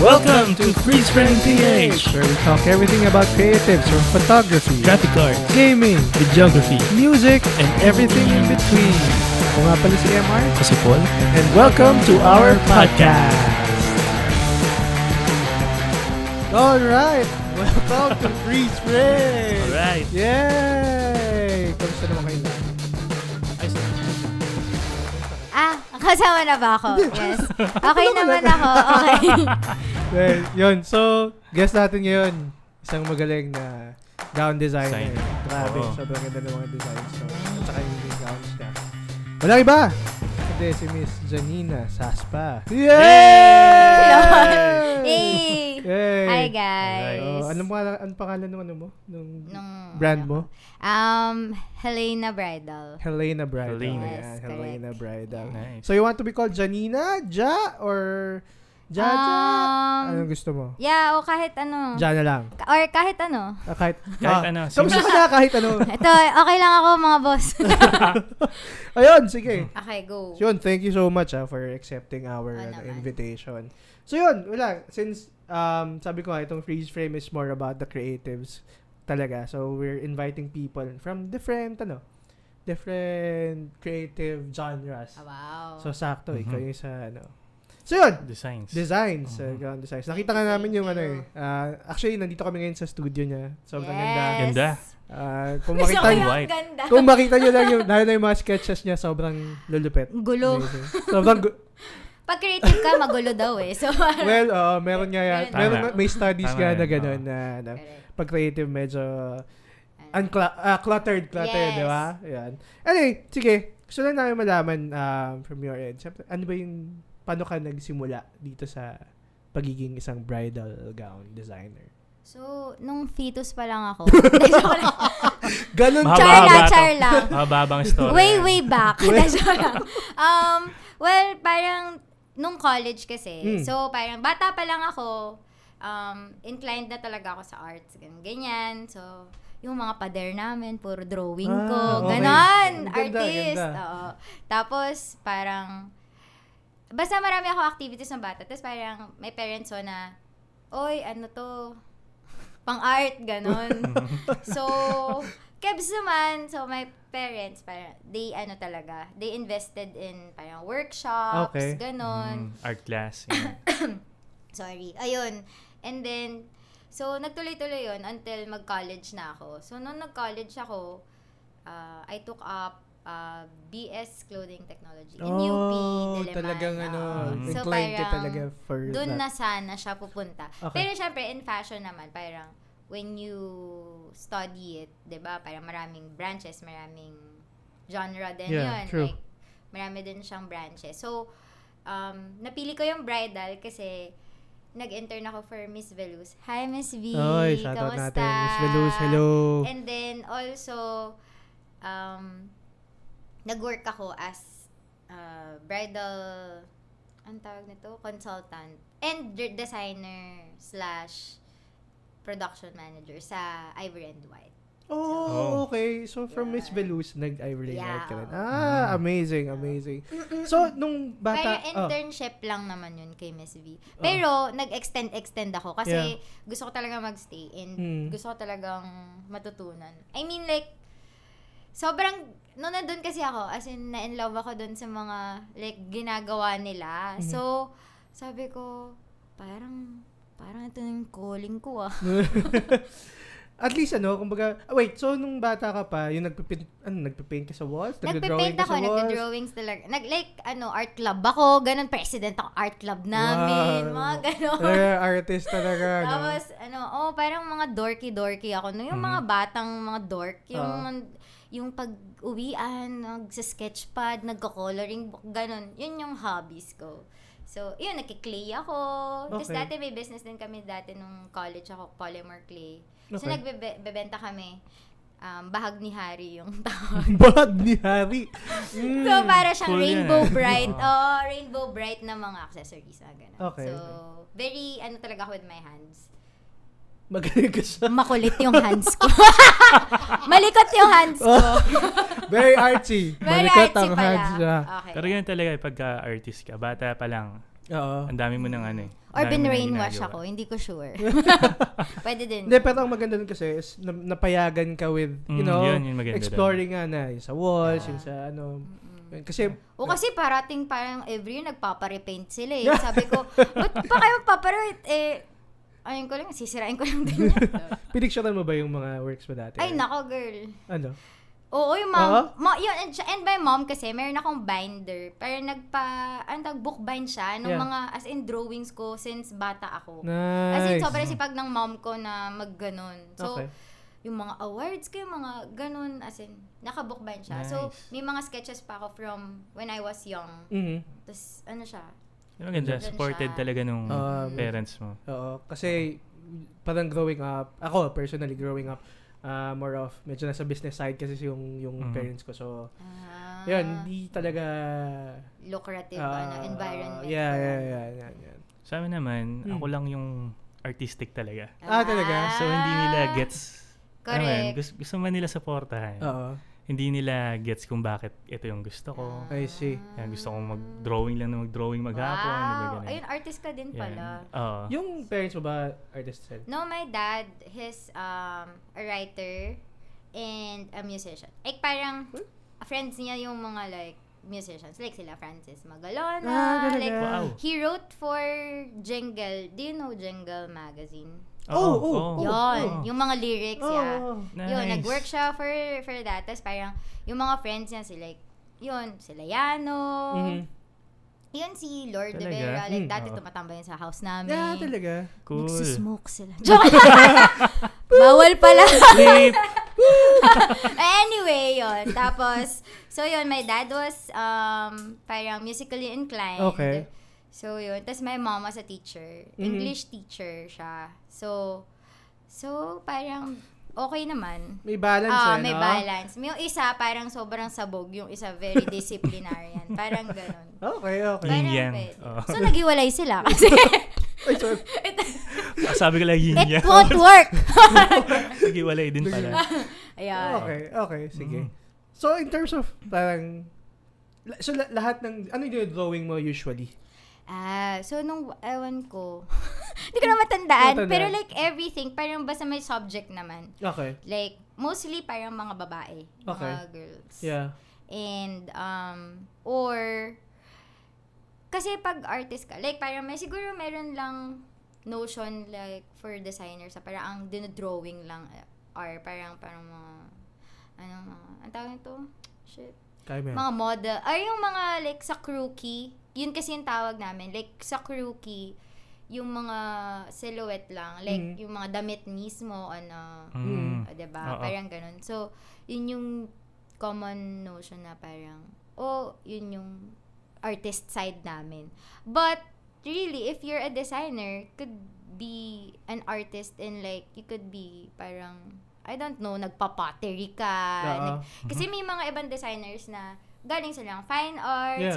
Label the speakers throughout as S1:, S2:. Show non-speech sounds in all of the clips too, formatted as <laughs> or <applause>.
S1: Welcome to Freeze Frame PH!
S2: where we talk everything about creatives from photography,
S1: Graphic arts,
S2: gaming,
S1: videography,
S2: music,
S1: and
S2: everything in between. Ako nga pala si MR,
S1: Kasi Paul.
S2: and
S1: Welcome to our podcast!
S2: Alright! Welcome to Freeze Frame!
S1: Alright.
S2: Yay! Kamusta naman kayo lahat?
S3: Ah, kasama na ba ako? Yes.
S2: <laughs>
S3: Okay naman ako. Okay.
S2: Well, yun. So, guest natin ngayon, isang magaling na gown designer.
S1: Designer.
S2: Grabe,
S1: Oo.
S2: sobrang ganda ng mga designs. So, at saka yung mga gowns niya. Wala iba! Kundi si Miss Janina Saspa. <laughs> Yay!
S3: Yay!
S2: Yay!
S3: Hi, guys.
S2: Oh, ano pangalan, ano pangalan ng ano mo? Nung
S3: Nung,
S2: brand
S3: ano?
S2: mo?
S3: Um, Helena Bridal.
S2: Helena Bridal.
S1: Helena.
S2: Ayan,
S3: Yes,
S2: Helena Bridal.
S1: Nice.
S2: So you want to be called Janina, Ja, or Jaja?
S3: Um,
S2: Anong gusto mo?
S3: Yeah, o kahit ano.
S2: Ja na lang.
S3: Ka- Or kahit ano.
S2: Ah, kahit,
S1: Kahit
S2: ah,
S1: ano,
S2: Kamusta
S1: sige.
S2: ka na kahit
S1: <laughs>
S2: ano?
S3: Ito, okay lang ako mga
S2: <laughs>
S3: boss.
S2: Ayun, sige.
S1: Mm.
S3: okay, go.
S2: So, yun, thank you so much ah, for accepting our
S3: Oo
S2: ano,
S3: naman.
S2: invitation. So yun, wala. Since um, sabi ko nga, itong freeze frame is more about the creatives talaga. So we're inviting people from different, ano, different creative genres.
S3: Ah, Wow.
S2: So sakto,
S1: Mhm.
S2: ikaw yung sa ano. So yun,
S1: Designs.
S2: designs. uh,
S1: Mhm.
S2: ground designs. Nakita nga namin yung ano eh.
S3: Thank
S2: ah, actually, nandito kami ngayon sa studio niya. Sobrang ganda.
S1: Ganda.
S2: Ah, kung
S3: Gusto
S2: makita
S3: ko
S1: niyo-
S3: yung
S1: White.
S3: ganda.
S2: kung makita niyo lang yung, lalo na yung mga sketches niya, sobrang lulupet.
S3: Gulo.
S2: Amazing. Sobrang, gu-
S3: Pag creative ka, magulo daw eh. So,
S2: well, uh, meron nga yan.
S3: Meron
S2: Meron,
S1: Tama.
S2: nga- may studies
S1: Tama
S2: nga
S1: yan,
S2: na gano'n
S1: oo.
S2: na, ano,
S3: <laughs> Correct.
S2: pag creative, medyo
S3: Ano.
S2: uncla- ah, cluttered, cluttered,
S3: Yes.
S2: di ba? Yan. Anyway, sige, gusto lang namin malaman um, from your end. Siyempre, ano ba yung, paano ka nagsimula dito sa pagiging isang bridal gown designer?
S3: So, nung fetus pa lang
S2: <laughs>
S3: ako. Joke lang.
S2: Ganun,
S1: Mahaba-
S3: char lang,
S1: Mahaba-haba to.
S3: char
S2: <laughs>
S3: lang.
S1: Mababang story.
S3: Way, way back. Joke lang. um, well, parang nung college kasi.
S2: Mm.
S3: So, parang bata pa lang ako, um, inclined na talaga ako sa arts. Ganyan, ganyan. So, yung mga pader namin, puro drawing
S2: Ah,
S3: ko.
S2: okay.
S3: Ganon,
S2: Ang ganda,
S3: artist.
S2: ganda.
S3: Oo. Tapos, parang, basta marami ako activities ng bata. Tapos parang may parents ko na, oy, ano to, pang-art,
S2: <laughs>
S3: ganon. so, Kebs naman, so my parents, parang, they ano talaga, they invested in parang workshops,
S2: Okay. Mm-hmm.
S3: ganon.
S1: Mm, art
S3: <laughs>
S1: class. yun.
S3: Sorry. Ayun. And then, so nagtuloy-tuloy yun until mag-college na ako. So, nung nag-college ako, ah, I took up ah, BS Clothing Technology in UP,
S2: Oh,
S3: Diliman.
S2: talagang ano,
S3: Oo. So,
S2: inclined ka
S3: parang
S2: talaga for
S3: Doon na
S2: that.
S3: sana siya pupunta.
S2: Okay.
S3: Pero syempre, in fashion naman, parang when you study it, 'di ba parang maraming branches, maraming genre din
S2: Yeah,
S3: yun.
S2: true.
S3: Like, marami din siyang branches. So, um, napili ko yung bridal kasi nag-intern ako for Miss Veluz. Hi, Miss V!
S2: Oy, shoutout
S3: Kamusta?
S2: natin. Miss Veluz, hello.
S3: And then also um nag-work ako as uh, bridal ang tawag nito consultant and de- designer slash production manager sa Ivory and White.
S2: Oh, okay. So, from
S3: Yeah.
S2: Miss Veluz, nag-Ivory
S3: Yeah,
S2: Knight ka rin.
S3: oo.
S2: Ah, amazing, amazing. So, nung
S3: Pero
S2: bata... oh,
S3: internship lang naman yun kay Miss V. Pero nag-extend extend ako kasi gusto ko talaga magstay and
S2: Mm.
S3: gusto ko talagang matutunan. I mean like sobrang no nandun kasi ako as in na in love ako dun sa mga like ginagawa nila.
S2: Mm-hmm.
S3: So sabi ko parang parang ito na yung calling ko ah.
S2: <laughs> At least ano, kumbaga, ah, wait, so nung bata ka pa, yung nagpipaint, ano, nagpipaint ka sa walls? Nagdodrawing
S3: Nagpe-paint ako, nagdo-drawings talaga. Nag, like, ano, art club ako, ganun, president ako art club namin,
S2: Wow.
S3: mga ganun.
S2: Talaga, artist talaga. no? <laughs>
S3: Tapos, ano, oh, parang mga dorky-dorky ako. No,
S2: Mm-hmm.
S3: yung mga batang mga dork, yung,
S2: Oh.
S3: yung pag-uwian, nagsa-sketchpad, nagko-coloring book, ganun. Yun yung hobbies ko. So, yun, nakiklay ako. Tapos
S2: Okay.
S3: dati may business din kami dati nung college ako, polymer clay. So,
S2: Okay.
S3: nagbebenta kami. Um, bahag ni Hari yung <laughs> tawag.
S2: Bag ni Harry. Mm.
S3: So, para siyang
S1: Cool yan.
S3: rainbow
S2: <laughs>
S3: bright. oh, rainbow bright na mga accessories na ganun.
S2: Okay,
S3: So,
S2: okay.
S3: very, ano talaga ako with my hands.
S2: Magaling ka
S3: <laughs>
S2: siya.
S3: Makulit yung hands ko. <laughs> Malikot yung hands ko.
S2: Very artsy. Oh.
S3: Very
S2: Malikot
S3: artsy
S2: ang
S3: pala. Ah.
S2: hands niya.
S3: Okay.
S1: eh, Pero yun talaga, pagka-artist ka, bata pa lang,
S2: Oo.
S1: Ang dami mo ng ano eh.
S3: Or
S1: Ang dami mo
S3: been
S1: ng
S3: brainwash
S1: ginagawa.
S3: ako, hindi ko
S2: <laughs>
S3: sure. Pwede din.
S2: Hindi, pero ang maganda nun kasi is na- napayagan ka with,
S1: Mm,
S2: you know,
S1: yun, yun maganda Ah.
S2: exploring nga na yung sa walls, yung sa ano.
S3: Mm-mm.
S2: yun. Kasi,
S3: O kasi parating parang every year nagpapa-repaint sila eh. Sabi ko, ba't pa kayo magpapa-repaint? Eh, ayun ko lang, sisirain ko
S2: <laughs>
S3: lang din yan.
S2: pinicturean mo ba yung mga works mo dati?
S3: Ay, nako girl.
S2: Ano?
S3: Oo, yung mom.
S2: Oo?
S3: Ma, yun, and, siya- and my mom kasi, meron akong binder. Pero nagpa, ano tawag, bookbind siya. Nung
S2: Yeah.
S3: mga, as in drawings ko since bata ako. As
S2: Nice.
S3: in, sobrang sipag ng mom ko na magganon. So,
S2: okay.
S3: yung mga awards ko, yung mga ganun, as in, nakabookbind siya. So,
S1: Nice.
S3: may mga sketches pa ako from when I was young.
S2: Mhm.
S1: Mm-hmm.
S3: Tapos, ano siya?
S1: Yun, Maganda,
S3: Ganun
S1: supported
S3: siya. Ah.
S1: talaga nung
S2: Um,
S1: parents mo.
S2: Oo, kasi parang growing up, ako personally growing up, ah, more of medyo nasa business side kasi yung
S1: Mhm.
S2: yung parents ko. So,
S3: Ah,
S2: yun, hindi talaga
S3: lucrative,
S2: ah,
S3: ano, environment.
S2: Yeah,
S3: ko.
S2: yeah, yeah, yeah, yeah.
S1: Sa amin naman,
S3: Hmm.
S2: Mm.
S1: ako lang yung artistic talaga.
S2: Ah, talaga?
S1: So, hindi nila gets.
S3: Correct.
S1: Naman, gusto, gusto man nila
S3: Ah.
S1: supportahan.
S2: Oo.
S1: Hindi nila gets kung bakit ito yung gusto ko.
S3: Ah.
S2: I see.
S1: Yan, gusto kong mag-drawing lang na mag-drawing maghapon. di ba
S3: Wow.
S1: ganun?
S3: Ayun, artist ka din
S1: Yan.
S3: pala.
S1: Oo.
S2: Yung parents mo ba artist din?
S3: No, my dad, he's um, a writer and a musician. Like, parang, friends niya yung mga, like, musicians. Like, sila Francis Magalona.
S2: Ah, talaga.
S3: like,
S1: Wow.
S3: he wrote for Jingle. Do you know Jingle Magazine?
S2: Oh,
S1: Oo,
S2: oh,
S1: oo.
S2: oh.
S3: Yun,
S1: Oo.
S3: yung mga lyrics niya.
S2: Oo.
S1: Nice.
S3: Yun, nag-work siya for, for that. Tapos parang, yung mga friends niya, sila, yun, sila Yano.
S2: Mhm.
S3: Yun si Lord
S1: Talaga?
S3: de Vera. Like,
S2: Mm,
S3: dati
S1: oo.
S3: tumatambay yun sa house namin.
S2: Yeah, talaga.
S1: Cool.
S3: Nagsismoke sila.
S2: <laughs>
S3: Joke! Bawal pala.
S1: Flip!
S3: anyway, yon Tapos, so yon my dad was um, parang musically inclined.
S2: Okay.
S3: So, yun. Tapos, my mom was a teacher.
S2: Mhm.
S3: English teacher siya. So, so, parang okay naman.
S2: May balance eh,
S3: Ah, may
S2: no?
S3: balance. May yung isa parang sobrariang sabog, yung isa
S2: <laughs>
S3: very disciplinarian. parang ganun.
S2: Okay, okay.
S1: Yin
S3: Parang
S1: yang.
S3: pwede.
S1: Oo.
S3: So, naghiwalay
S2: <laughs>
S3: sila kasi
S2: Ay,
S3: <laughs>
S2: sorry.
S1: Ah, Sabi ko lang yin
S3: it
S1: <laughs> yang.
S3: won't
S2: <laughs>
S3: work.
S1: Sige, walay din pala.
S3: Ayan.
S2: Okay, okay, sige.
S1: Mm.
S2: So, in terms of parang la- So, la- lahat ng ano yung drawing mo usually?
S3: Ah, so nung ewan ko. <laughs> Hindi ko na matandaan,
S2: Matandaan.
S3: pero like everything, parang basta may subject naman.
S2: Okay.
S3: Like mostly parang mga babae,
S2: Okay.
S3: mga girls.
S2: Yeah.
S3: And um or kasi pag artist ka, like parang may siguro meron lang notion like for designers sa parang ang dinodrawing lang eh, or parang parang mga ano mga ang tawag nito? Shit.
S2: Kaya mo. yan.
S3: Mga model. Or yung mga like sa crewkey. Yun kasi yung tawag namin. Like sa crewkey, yung mga silhouette lang. Like
S2: Mhm.
S3: yung mga damit mismo. Ano,
S1: Mm.
S3: o, diba?
S1: Oo.
S3: Parang ganun. So, yun yung common notion na parang, oh, yun yung artist side namin. But, really, if you're a designer, could be an artist and like, you could be parang, I don't know, nagpa-pottery ka.
S2: Oo.
S3: nag- kasi
S2: Mhm.
S3: may mga ibang designers na galing silang fine arts,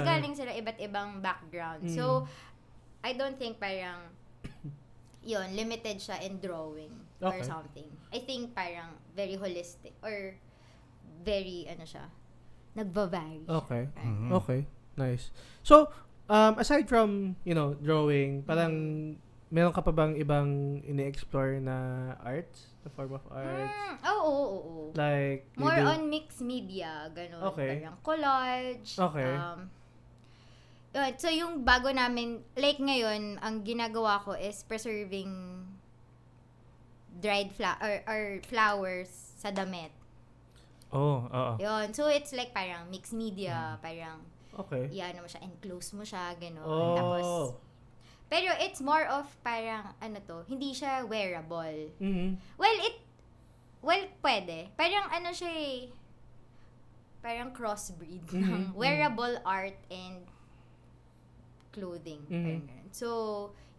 S2: Yeah. Mm.
S3: galing sila iba't ibang background. So, I don't think parang
S2: <coughs>
S3: yun, limited siya in drawing or
S2: Okay.
S3: something. I think parang very holistic or very ano siya, nagbabag.
S2: Okay.
S1: Mhm.
S2: Okay. Nice. So, um, aside from, you know, drawing, parang meron ka pa bang ibang ini-explore na arts? The form of arts?
S3: Mm, oo, oo, oo, oo.
S2: Like, you
S3: More
S2: do-
S3: on mixed media, ganun.
S2: Okay.
S3: Parang collage.
S2: Okay.
S3: Um, yun, so yung bago namin, like ngayon, ang ginagawa ko is preserving dried flower or, or flowers sa damit.
S1: Oo, Oh, oo.
S2: Oh.
S3: Yun. So it's like parang mixed
S2: Hmm.
S3: media, parang
S2: Okay.
S3: iyan mo siya, enclose mo siya, ganun.
S2: Oh.
S3: Tapos, pero it's more of parang ano to, hindi siya wearable.
S2: Mhm.
S3: Well, it, well, pwede. Parang ano siya eh, parang crossbreed ng
S2: Mhm.
S3: wearable art and clothing. Parang
S2: Mhm.
S3: ganun. So,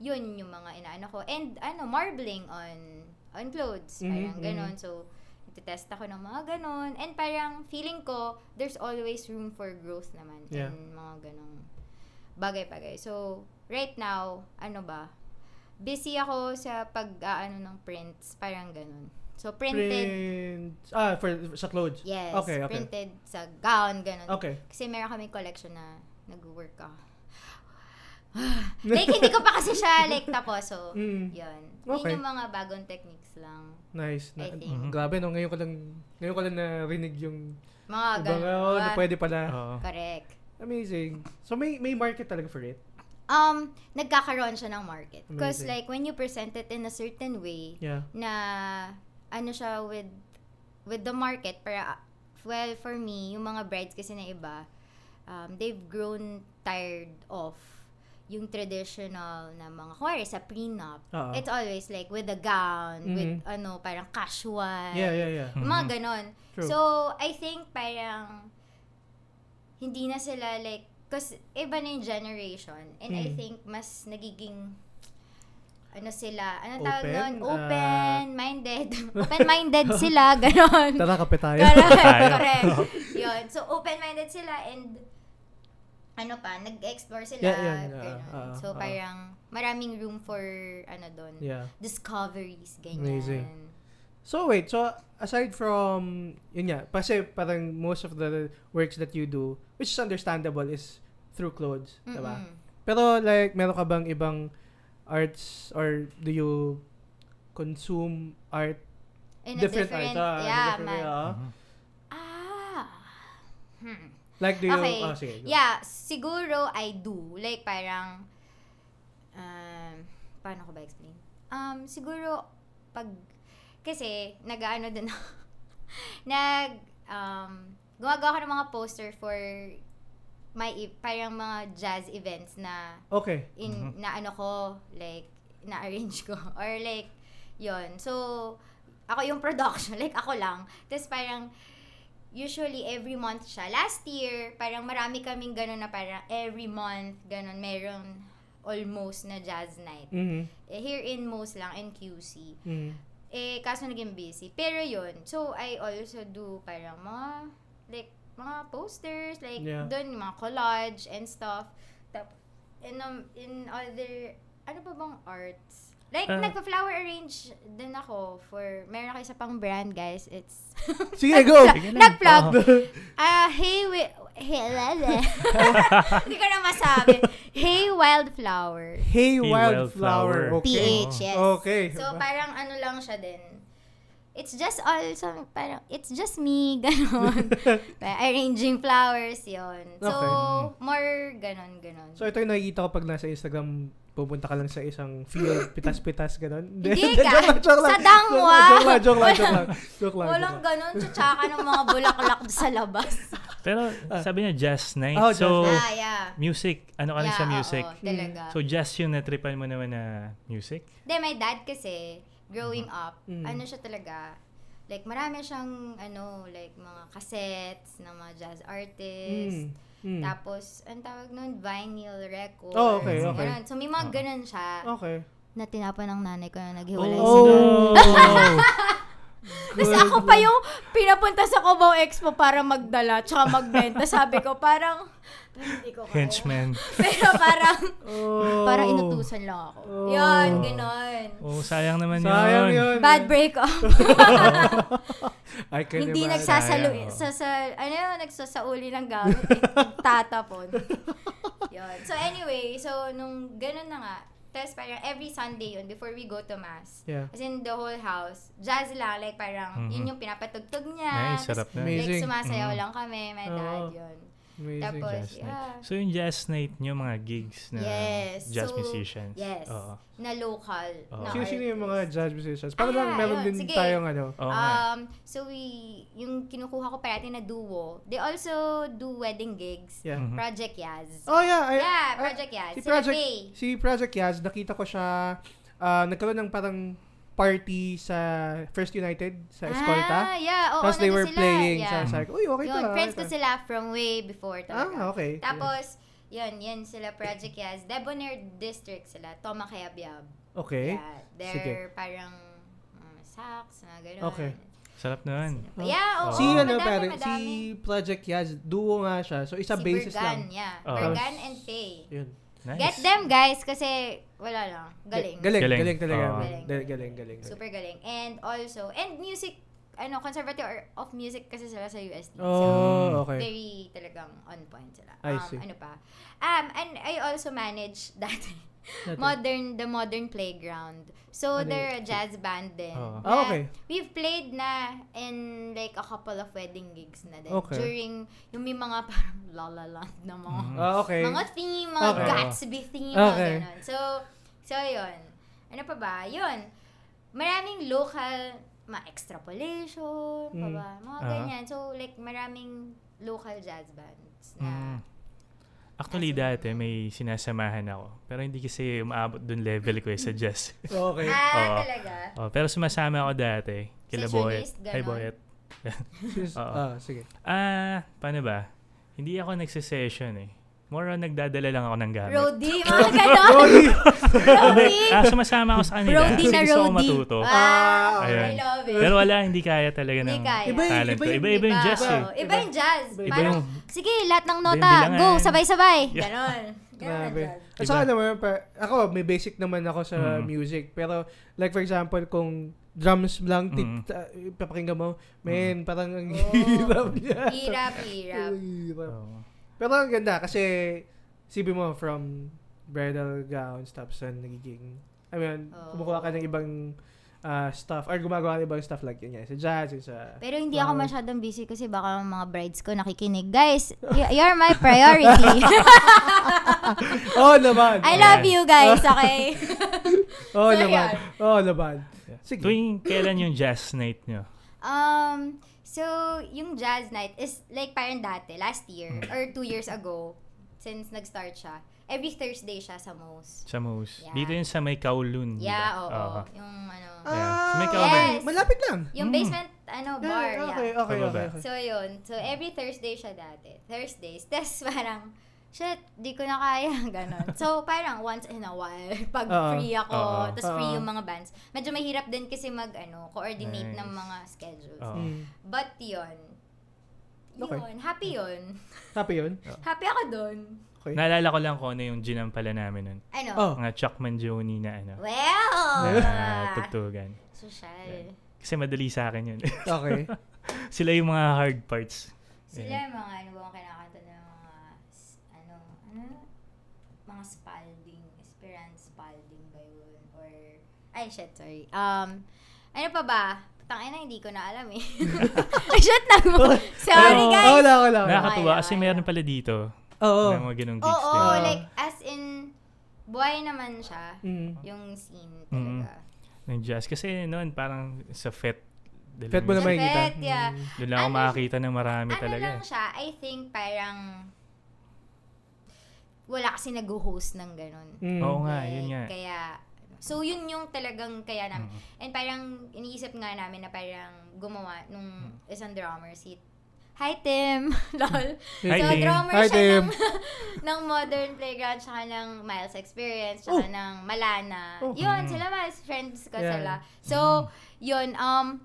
S3: yun yung mga inaano ko. And ano, marbling on on clothes.
S2: Mhm,
S3: Parang
S2: mhm.
S3: ganun. So, test ako ng mga ganun. And parang feeling ko, there's always room for growth naman.
S2: Yeah.
S3: And mga ganong bagay-bagay. So, right now, ano ba? Busy ako sa pag-ano ng prints. Parang ganun. So, printed.
S2: Prints. Ah, for, sa clothes.
S3: Yes.
S2: Okay, okay.
S3: Printed sa gown, ganun.
S2: Okay. <laughs>
S3: Kasi meron kami collection na nag-work ako. like, hindi ko pa kasi siya, like, tapos. So,
S2: Mm.
S3: yun.
S2: Okay.
S3: Yun yung mga bagong techniques lang.
S2: Nice. Na,
S3: I think.
S1: Mhm.
S2: Grabe, no? Ngayon ko lang, ngayon ko lang narinig yung
S3: Mga
S2: ibang, oh,
S3: Ah, ganun.
S2: na pwede pala.
S1: Oo.
S3: Correct.
S2: Amazing. So, may may market talaga for it?
S3: Um, nagkakaroon siya ng market. Because,
S2: Amazing.
S3: like, when you present it in a certain way,
S2: Yeah.
S3: na, ano siya with, with the market, para, well, for me, yung mga brides kasi na iba, um, they've grown tired of yung traditional na mga, kuwari, sa prenup,
S2: Oo.
S3: it's always like with a gown, with
S2: Mhm.
S3: ano, parang casual.
S2: Yeah, Mm-hmm. yeah, yeah.
S1: Mhm.
S3: Mga ganon.
S2: True.
S3: So, I think parang hindi na sila like, cause iba na yung generation. And I
S2: Mm.
S3: think mas nagiging ano sila, ano tawag
S2: Open?
S3: nun?
S2: Ah.
S3: Open-minded. <laughs> open-minded sila, <laughs> ganon.
S2: <laughs> Tara, kape tayo.
S3: <laughs> Correct,
S1: Tayo.
S3: correct. Yun. So, open-minded sila and ano pa, nag-explore sila.
S2: Yeah, yeah, yeah.
S3: ganun.
S2: Ah,
S3: so,
S2: ah.
S3: parang maraming room for ano
S2: <laughs>
S3: doon
S2: yeah.
S3: discoveries, ganyan.
S2: Amazing. So, wait. So, aside from, yun nga, kasi parang most of the works that you do, which is understandable, is through clothes,
S3: Mm-mm.
S2: diba? Pero like, meron ka bang ibang arts or do you consume art?
S3: In a different,
S2: ah,
S3: yeah,
S2: different
S3: man.
S2: way, ah.
S1: Mhm.
S3: Ah. Hmm.
S2: Like, do you,
S3: Okay.
S2: ah, sige, go.
S3: Yeah, siguro I do. Like, parang, um, paano ko ba explain? Um, siguro, pag, kasi, nag-ano din ako. <laughs> nag, um, gumagawa ako ng mga poster for my, e- parang mga jazz events na
S2: Okay.
S3: in
S1: Mhm.
S3: na ano ko like na-arrange ko <laughs> or like yon so ako yung production <laughs> like ako lang tapos parang usually every month siya last year parang marami kaming ganun na parang every month ganun meron almost na jazz night
S2: Mm-hmm.
S3: Eh, here in most lang in QC
S2: mm
S3: eh kaso naging busy pero yon so I also do parang mga like mga posters like
S2: Yeah.
S3: doon yung mga collage and stuff Tap- in um, in other ano pa bang arts like
S1: Ah.
S3: nagpa-flower arrange din ako for meron ako isa pang brand guys it's <laughs>
S2: Sige, go!
S1: Sige lang.
S3: Nag-plug.
S2: Oh.
S1: Oo.
S3: ah hey wi- hey lele. hindi ko na masabi hey wildflower
S2: hey,
S1: Hey,
S2: wildflower.
S1: wildflower.
S2: Okay.
S3: ph yes
S2: Okay.
S1: Diba?
S3: So parang ano lang siya din. It's just all some parang it's just me <laughs> ganon. Parang arranging flowers 'yon. So
S2: Okay.
S3: more ganon ganon.
S2: <laughs> so, ito yung nakikita ko pag nasa Instagram, pupunta ka lang sa isang field, pitas-pitas,
S3: <laughs>
S2: ganun.
S3: Hindi, ka.
S2: <laughs> joke lang, joke lang.
S3: Sa dangwa.
S2: Joke lang, joke lang, joke lang. Joke lang, joke lang.
S3: Walang
S1: diba?
S3: ganon, tsatsaka ng mga bulaklak <laughs> sa labas.
S1: Pero sabi niya jazz night.
S2: Ah. Oh, jazz
S1: so,
S3: ah, yeah.
S1: music. Ano ka rin sa
S3: Yeah,
S1: music?
S3: oo, talaga.
S1: So, jazz yung natripan mo naman na music?
S3: Then my dad kasi, growing
S1: Mm-hmm.
S3: up,
S2: Mm.
S3: ano siya talaga, like marami siyang ano, like mga cassettes ng mga jazz artists.
S2: Mm.
S1: Mm-hmm.
S2: Mm.
S3: Tapos, ang tawag nun, vinyl records.
S2: Oh, okay, okay.
S3: ganun. So, may mga
S1: Oo.
S3: ganun siya
S2: Okay.
S3: na tinapan ng nanay ko na naghiwalay sila.
S2: Oh.
S3: Tapos ako pa yung pinapunta sa Cubao Expo para magdala tsaka magbenta. Sabi ko, parang, hindi ko kaya.
S1: Henchman.
S3: Pero parang,
S2: Oh.
S3: parang inutusan lang ako.
S2: Oh.
S3: Yan, ganun.
S1: Oh, sayang naman
S2: Sayang
S1: yun.
S2: yun.
S3: Bad break up.
S2: I can
S3: hindi
S2: imagine.
S3: nagsasalo,
S1: Sayang, oh.
S3: sa, sa, ano yun, nagsasauli ng gamit. eh, Tatapon. yun. So anyway, so nung ganun na nga, tapos parang every Sunday yun, before we go to mass,
S2: Yeah.
S3: As in, the whole house. Jazz lang. Like, parang, yun
S1: Mhm.
S3: yung pinapatugtog niya.
S1: Nice, sarap na.
S2: Amazing. Mm-hmm.
S3: Like, sumasayaw
S1: Mhm.
S3: lang kami. My dad,
S2: Oo.
S3: yun.
S2: Amazing.
S3: Tapos,
S1: Jazz night.
S3: yeah.
S1: So, yung jazz night niyo, mga gigs na
S3: Yes.
S1: jazz
S3: So,
S1: musicians.
S3: yes.
S1: Oo.
S3: Na local.
S1: Oo.
S3: na
S2: Sino, sino yung mga
S3: artist.
S2: jazz musicians? Para lang
S3: Ah,
S2: meron
S3: yun.
S2: din
S3: Sige.
S2: tayong ano.
S1: Oo nga.
S3: Um, so we, yung kinukuha ko parati na duo, they also do wedding gigs.
S2: Yeah.
S1: Mhm.
S3: Project Yaz.
S2: Oh yeah, I,
S3: yeah,
S2: I-
S3: Project E. Yaz.
S2: si
S3: Si
S2: Project si Project Yaz, nakita ko siya ah, nagkaroon ng parang party sa First United sa Escolta.
S3: Ah, yeah. Oo,
S2: Tapos they
S3: nandun
S2: were
S3: sila.
S2: playing
S3: yeah.
S2: sa sabi ko, uy, okay
S3: Yun,
S2: to. ah,
S3: friends ko
S2: okay to."
S3: sila from way before talaga.
S2: Ah, okay.
S3: Tapos, yun, yun sila Project Yaz. Debonair District sila, Toma Kayabyab.
S2: Okay.
S3: Yeah, they're parang um, sax, mga ganun.
S2: Okay.
S1: Sarap naman.
S3: Sino pa? Yeah, oo,
S2: si ano
S3: Oh. madami,
S2: pare, si
S3: madami.
S2: Project Yaz, duo nga siya. So isa
S3: si
S2: basis
S3: Bergan,
S2: lang. Oh.
S3: yeah.
S1: Oo.
S3: Bergan and Faye.
S2: Yun.
S1: Nice.
S3: Get them, guys, kasi wala lang. Galing.
S2: Galing, Ah. galing,
S1: Galing.
S2: talaga.
S1: Oo.
S2: Galing, galing, galing.
S3: Super galing. And also, and music ano, conservative or of music kasi sila sa USD.
S2: Oh,
S3: so,
S2: okay.
S3: very talagang on point sila.
S2: I
S3: um,
S2: see.
S3: Ano pa? Um, and I also manage dati,
S2: Natin.
S3: modern, the modern playground. So,
S2: Ano
S3: they're a jazz band din.
S1: Oo.
S2: Ah, okay.
S3: We've played na in like a couple of wedding gigs na din.
S2: Okay.
S3: During, yung may mga <laughs> parang la la land na mga
S1: Mhm.
S2: Ah, okay.
S3: mga theme, mga
S2: Okay.
S3: Gatsby theme,
S2: Okay.
S3: mga ganun. So, so yun. Ano pa ba? Yun. Maraming local, mga extrapolation, pa
S2: Mm.
S3: ba? Mga
S1: Ah.
S3: ganyan. So, like, maraming local jazz bands
S1: Mm.
S2: Hmm.
S3: na,
S1: Actually, dati may sinasamahan ako. Pero hindi kasi umaabot dun level ko eh,
S3: <laughs>
S1: sa jazz.
S2: Oh, Okay.
S3: ah,
S1: Oo.
S3: talaga?
S1: Oh, pero sumasama ako dati. Kila
S3: Sa
S1: Boyet.
S3: Junist,
S1: Hi,
S3: ganon.
S1: Boyet.
S2: Sis-
S1: Oo.
S2: Ah, sige.
S1: Ah, paano ba? Hindi ako nagsisession eh. More on nagdadala lang ako ng gamit.
S3: Roadie, mga ganon. Roadie!
S1: <laughs> Ah, sumasama ako
S3: <laughs>
S1: sa kanila.
S3: Roadie na
S1: kasi gusto ko
S3: roadie.
S1: matuto.
S2: Ah,
S3: Wow, I
S1: Ayan.
S3: love it.
S1: Pero wala, hindi kaya talaga ng
S3: Hindi kaya.
S2: Iba yung-
S1: talent
S2: iba
S1: ko.
S2: yung-
S1: Iba, iba yung jazz eh.
S3: Oo, Iba yung jazz.
S2: Iba
S1: Iba
S3: Parang,
S1: yung,
S3: sige, lahat ng
S1: iba yung
S3: nota, go,
S1: bilangan.
S3: sabay-sabay.
S1: Yeah.
S3: Ganon. Ganon ang
S2: Grabe.
S3: jazz.
S2: At
S1: Diba?
S2: saka naman, pa, ako, may basic naman ako sa
S1: Mm.
S2: music. Pero, like for example, kung drums lang, tit,
S1: Mm.
S2: ah, papakinggan mo, man, parang ang
S3: Oo.
S2: <laughs> hirap niya.
S3: Hirap, hirap.
S2: Ang hirap.
S1: Oo.
S2: Pero ang ganda, kasi, sibi mo, from bridal gowns, tapos na nagiging, I mean,
S3: Oo.
S2: kumukuha ka ng ibang ah, stuff, or gumagawa ng ibang stuff like yun, yan, sa jazz, yung sa...
S3: Pero hindi ako
S2: Wow.
S3: masyadong busy kasi baka ang mga brides ko nakikinig. Guys, y- you're my priority. <laughs>
S2: oh, naman!
S3: I love you guys, okay? <laughs>
S2: oh,
S3: So,
S2: naman!
S3: yan.
S2: Oh, naman!
S1: Yeah.
S2: Sige.
S1: Tuwing kailan yung jazz night nyo?
S3: Um, so, yung jazz night is like parang dati, last year or two years ago, since nag-start siya. Every Thursday siya sa most.
S1: Sa Moose.
S3: Yeah.
S1: Dito yun sa may Kowloon. di ba?
S3: Yeah,
S1: Uh-huh.
S3: oo.
S1: Oo.
S3: Yung ano,
S1: Yeah. May
S2: Ah,
S1: cowbell.
S3: Yes.
S2: Malapit lang.
S3: yung
S1: Mm.
S3: basement, ano, bar,
S2: Yeah,
S3: yeah.
S2: okay, okay,
S1: Pababa.
S2: okay, okay.
S3: So, yun. So, every Thursday siya dati. Thursdays. <laughs> Tapos, parang, shit, di ko na kaya. <laughs> Ganon. So, parang once in a while, <laughs> pag
S2: Oo.
S3: free ako,
S1: Oo.
S3: tapos free
S2: Oo.
S3: yung mga bands. Medyo mahirap din kasi mag, ano, coordinate ng
S1: Nice.
S3: mga schedules.
S1: Oo.
S2: Mm.
S3: But, yun. Yun.
S2: Okay.
S3: Happy yun.
S2: Happy yun?
S3: Happy ako dun.
S2: Okay.
S1: Naalala ko lang kung ano yung ginampala namin nun.
S3: Ano?
S2: Oh.
S3: <laughs>
S1: Mga Chuck Mangione na ano.
S3: Well!
S1: Na tugtugan.
S3: Social.
S1: Kasi madali sa akin yun. <laughs>
S2: Okay.
S1: Sila yung mga hard parts.
S3: Sila yung mga, ano ba ang kinakanta ng mga, s- ano, ano, mga Spalding, Esperance Spalding ba yun? Or, ay, shit, sorry. Um, ano pa ba? Tangina, na, hindi ko na alam eh. shit na mo. Sorry,
S1: Pero-
S3: guys.
S2: Oh, wala, wala. wala.
S3: Nakaka-
S1: Nakakatuwa
S3: Wala,
S1: kasi
S3: wala.
S1: meron pala dito
S2: Oo.
S1: ng mga ganong
S3: Oo,
S1: gigs
S3: oo,
S1: din.
S2: Ah.
S3: like, as in, buhay naman siya.
S2: Mm.
S3: Yung scene
S1: Mm.
S3: talaga.
S1: Ng jazz. Kasi noon parang sa FET. dalawa
S2: Fet mo
S1: Ano yung-
S2: na
S3: naman.
S2: makikita.
S3: Fet, yeah.
S2: Mm.
S1: Doon lang ako
S3: Ano-
S1: makakita ng marami
S3: Ano
S1: talaga.
S3: lang siya, I think parang, wala kasi nag-host ng ganun.
S2: Mm.
S1: Oo nga, yun
S3: Like,
S1: nga.
S3: Kaya, so yun yung talagang kaya namin.
S1: Mm.
S3: And parang iniisip nga namin na parang gumawa nung
S1: Mm.
S3: isang drummer si Hi Tim! <laughs> Lol.
S1: Hi,
S3: so
S1: Tim.
S3: drummer
S2: Hi, Tim.
S3: siya ng, <laughs> ng Modern Playground tsaka ng Miles Experience tsaka
S2: Oh.
S3: ng Malana.
S2: Oh.
S3: Yun,
S1: Mm.
S3: sila mas friends ko
S2: Yeah.
S3: sila. So, yun, um,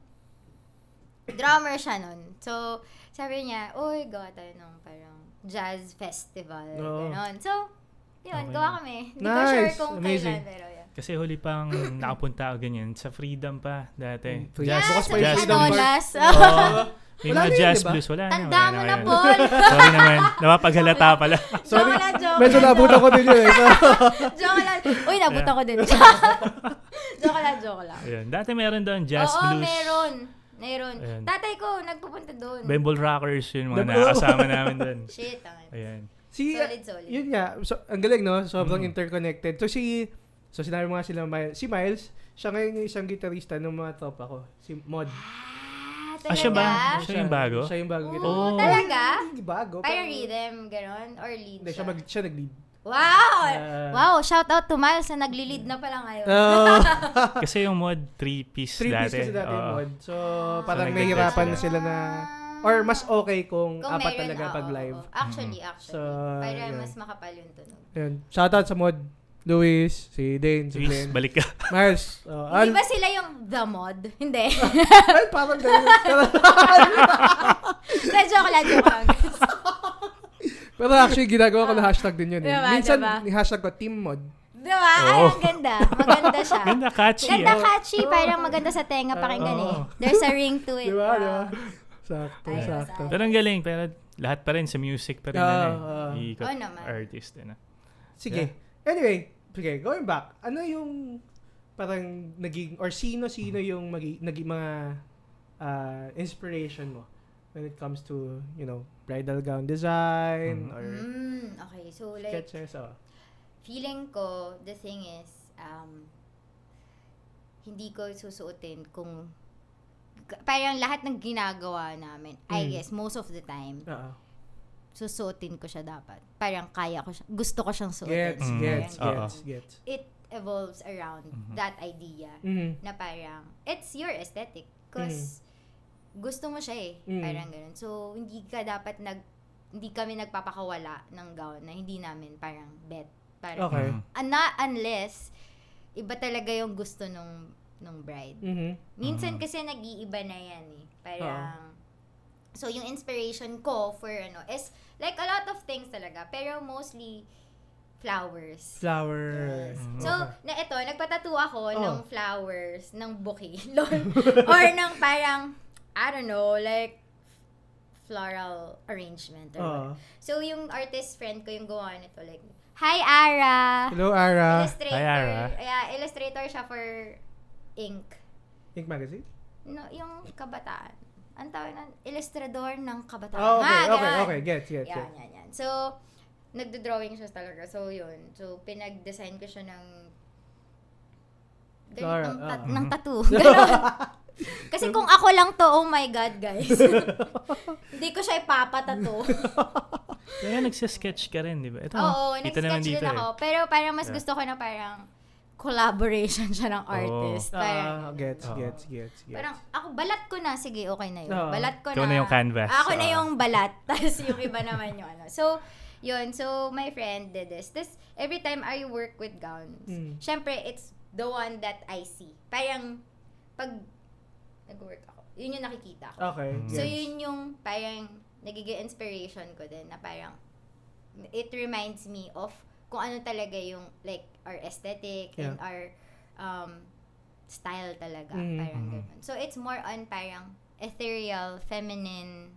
S3: drummer siya nun. So, sabi niya, uy, gawa tayo ng parang jazz festival.
S2: Oo.
S3: Ganon. So, yun,
S1: Okay.
S3: gawa kami. Hindi ko sure
S2: Oh. Nice.
S3: kung
S2: Amazing.
S3: kailan, pero yun.
S1: Kasi huli pang
S2: <coughs>
S1: nakapunta ako ganyan sa Freedom pa dati.
S2: Mm, Freedom.
S1: Jazz,
S2: bukas pa
S3: Yes,
S1: jazz
S2: yung Oh.
S3: so yes,
S2: freedom
S1: blues.
S2: bar. <laughs>
S3: Anolas.
S1: Oo. May
S2: Wala
S1: mga
S2: na yun,
S1: jazz
S2: di ba?
S1: blues. Wala na. wala
S3: Tanda mo
S1: na
S3: na,
S1: ngayon.
S3: Paul.
S1: <laughs> Sorry naman. Napapaghalata
S3: <laughs>
S1: pala.
S2: Sorry.
S3: Joke lang, joke
S2: Medyo
S3: lang,
S2: nabutan ko din yun. eh.
S3: <laughs> joke- Joke lang. Uy, nabuta ko din.
S1: <laughs>
S3: joke lang, joke lang.
S1: Ayun. Dati meron doon jazz
S3: Oo,
S1: blues.
S3: meron. Meron.
S1: Ayan.
S3: Tatay ko, nagpupunta doon.
S1: Bemble Rockers yun mga
S2: Bemble-
S1: nakakasama
S2: <laughs>
S1: namin doon.
S3: Shit. ang-
S1: Ayan.
S2: Si, uh,
S3: Solid, solid.
S2: yun nga, so, ang galing no, sobrang
S1: Mm.
S2: interconnected. So si, so sinabi mo nga sila, Miles, si Miles, siya ngayon yung isang gitarista ng mga tropa ko, si Mod.
S3: Ah,
S1: Ah, siya ba?
S3: talaga?
S1: Siya yung bago?
S2: Siya yung bago
S3: Oo,
S2: gitarista.
S1: Oh.
S3: talaga?
S2: Hindi bago.
S3: Parang rhythm, gano'n? Or lead
S2: Hindi, siya,
S3: siya?
S2: mag, siya nag-lead.
S3: Wow!
S2: Ah.
S3: Oh, wow, shout out to Miles na nagli-lead na pala ngayon. <laughs>
S2: Oh,
S1: Kasi yung mod, three-piece
S2: three piece kasi dati yung
S1: Oo.
S2: Mod. So, parang
S1: So,
S2: nahihirapan na
S1: nag-lead
S2: sila na, or mas okay kung,
S3: Kung
S2: apat
S3: meron,
S2: talaga
S3: oo,
S2: pag
S3: oo,
S2: live.
S3: oo. Actually,
S1: Mm-hmm.
S3: actually.
S2: So,
S3: para
S2: yun.
S3: mas makapal yung tunog.
S2: Ayun. Shoutout sa Mod, Luis, si Dane, si
S1: Luis,
S2: Glenn.
S1: balik
S3: <laughs>
S1: ka.
S2: Miles. Oh,
S3: Hindi ba sila yung The Mod? <laughs>
S1: <laughs>
S3: Hindi.
S2: Well, parang ganun. Pero,
S3: <laughs> Pero joke lang, joke lang. <laughs>
S2: pero actually, ginagawa ko na hashtag din yun. Eh.
S3: Diba,
S2: Minsan,
S3: diba?
S2: ni hashtag ko, Team Mod.
S3: Di ba? Ay,
S1: Oo.
S3: ang ganda. Maganda siya.
S1: Oh. Ganda, catchy.
S3: Ganda
S1: ah.
S3: catchy. Parang maganda sa tenga pakinggan eh.
S1: Oo.
S3: There's a ring to it. Oh.
S2: Di ba? Di ba?
S3: Oo.
S2: Diba, Sakto,
S3: Ay,
S2: sakto.
S1: Pero ang galing, pero lahat pa rin sa music pa rin
S2: Oo,
S1: ano
S2: oo.
S1: eh. Iikot
S3: Oo naman.
S1: artist. Ano.
S2: Sige. Anyway, sige, going back. Ano yung parang naging or sino-sino yung magi, naging mga ah, inspiration mo when it comes to, you know, bridal gown design
S1: Mhm.
S2: or
S3: Mm, okay, so like,
S2: sketches oh.
S3: feeling ko, the thing is, um, hindi ko susuotin kung, k- parang lahat ng ginagawa namin, I
S2: Mm.
S3: guess, most of the time,
S2: Oo.
S3: susuotin ko siya dapat. Parang kaya ko siya, gusto ko siyang suotin.
S1: Mm.
S2: Gets,
S3: Mm-hmm.
S2: gets,
S1: Oo.
S2: gets, gets.
S3: It evolves around that idea
S2: Mhm.
S3: na parang, it's your aesthetic. Because, gusto mo siya eh.
S2: Mm.
S3: Parang ganun. So, hindi ka dapat nag, hindi kami nagpapakawala ng gown na hindi namin parang bet. Parang,
S2: Okay.
S1: Mm.
S3: Ah, not unless iba talaga yung gusto nung nung bride.
S2: Mhm.
S3: Minsan
S1: Mhm.
S3: kasi nag-iiba na yan eh. Parang So yung inspiration ko for ano is like a lot of things talaga pero mostly flowers.
S2: Flower.
S3: Yes.
S1: Mhm.
S3: So,
S2: Okay.
S3: na ito, nagpatattoo ako
S2: Oh.
S3: ng flowers, ng bouquet, lol. <laughs>
S2: Mm-hmm. <laughs>
S3: or ng parang, I don't know, like, floral arrangement or
S2: Oo.
S3: whatever. So, yung artist friend ko yung gawa nito, like, Hi, Ara!
S2: Hello, Ara.
S3: illustrator.
S1: Hi, Ara.
S3: Yeah, illustrator siya for ink.
S2: Ink magazine?
S3: No, yung kabataan. Ang tawag nun, ilustrador ng kabataan.
S2: Oh, okay,
S3: Ah,
S2: okay,
S3: ganun.
S2: okay. Gets, gets,
S3: Yan,
S2: gets.
S3: yan, yan. So, nagdo-drawing siya talaga. So, yun. So, pinag-design ko siya ng
S2: Laura,
S3: ganitong tat-
S1: ah.
S3: ng
S2: <laughs>
S3: tattoo. Ganun. Kasi kung ako lang to, oh my God,
S2: <laughs>
S3: guys. <laughs> Hindi ko siya ipapatato.
S1: Kaya nagsisketch ka rin, di ba? Ito,
S3: Oo,
S1: kita naman
S3: nag-sketch
S1: dito
S3: din ako.
S1: eh.
S3: Pero parang mas
S1: Yeah.
S3: gusto ko na parang collaboration siya ng artist. parang,
S2: Ah, gets,
S1: Oo.
S2: gets, gets, gets.
S3: parang ako, balat ko na. Sige, okay na yun.
S2: Oo.
S3: Balat ko
S1: Ikaw na
S3: na.
S1: yung canvas. Ah.
S3: Ako na
S1: Oo.
S3: yung balat. <laughs> Tapos yung iba naman yung ano. So, yun. So, my friend did this. Tapos, every time I work with gowns,
S2: Mm.
S3: syempre, it's the one that I see. Parang, pag nag-work ako, yun yung nakikita ko.
S2: Okay.
S1: Mm.
S3: So,
S2: gets.
S3: yun yung parang nagiging inspiration ko din na parang it reminds me of kung ano talaga yung like our aesthetic and
S2: Yeah.
S3: our um, style talaga.
S2: Mm.
S3: Parang
S1: Mhm.
S3: ganun. So, it's more on parang ethereal, feminine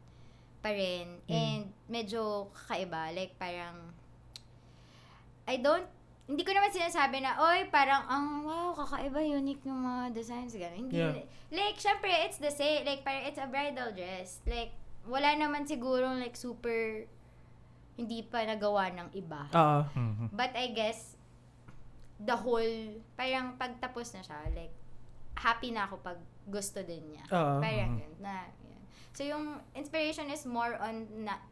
S3: pa rin.
S2: Mm.
S3: And medyo kakaiba. Like parang I don't hindi ko naman sinasabi na, oy, parang, ang wow, kakaiba, unique ng mga designs, gano'n. Hindi,
S2: Yeah.
S3: like, syempre, it's the same, like, parang it's a bridal dress. Like, wala naman sigurong, like, super, hindi pa nagawa ng iba.
S2: Oo.
S3: <laughs>
S1: Mhm.
S3: But I guess, the whole, parang pagtapos na siya, like, happy na ako pag gusto din niya.
S2: Oo.
S1: Mhm.
S3: Parang yun, na, yun. So, yung inspiration is more on na-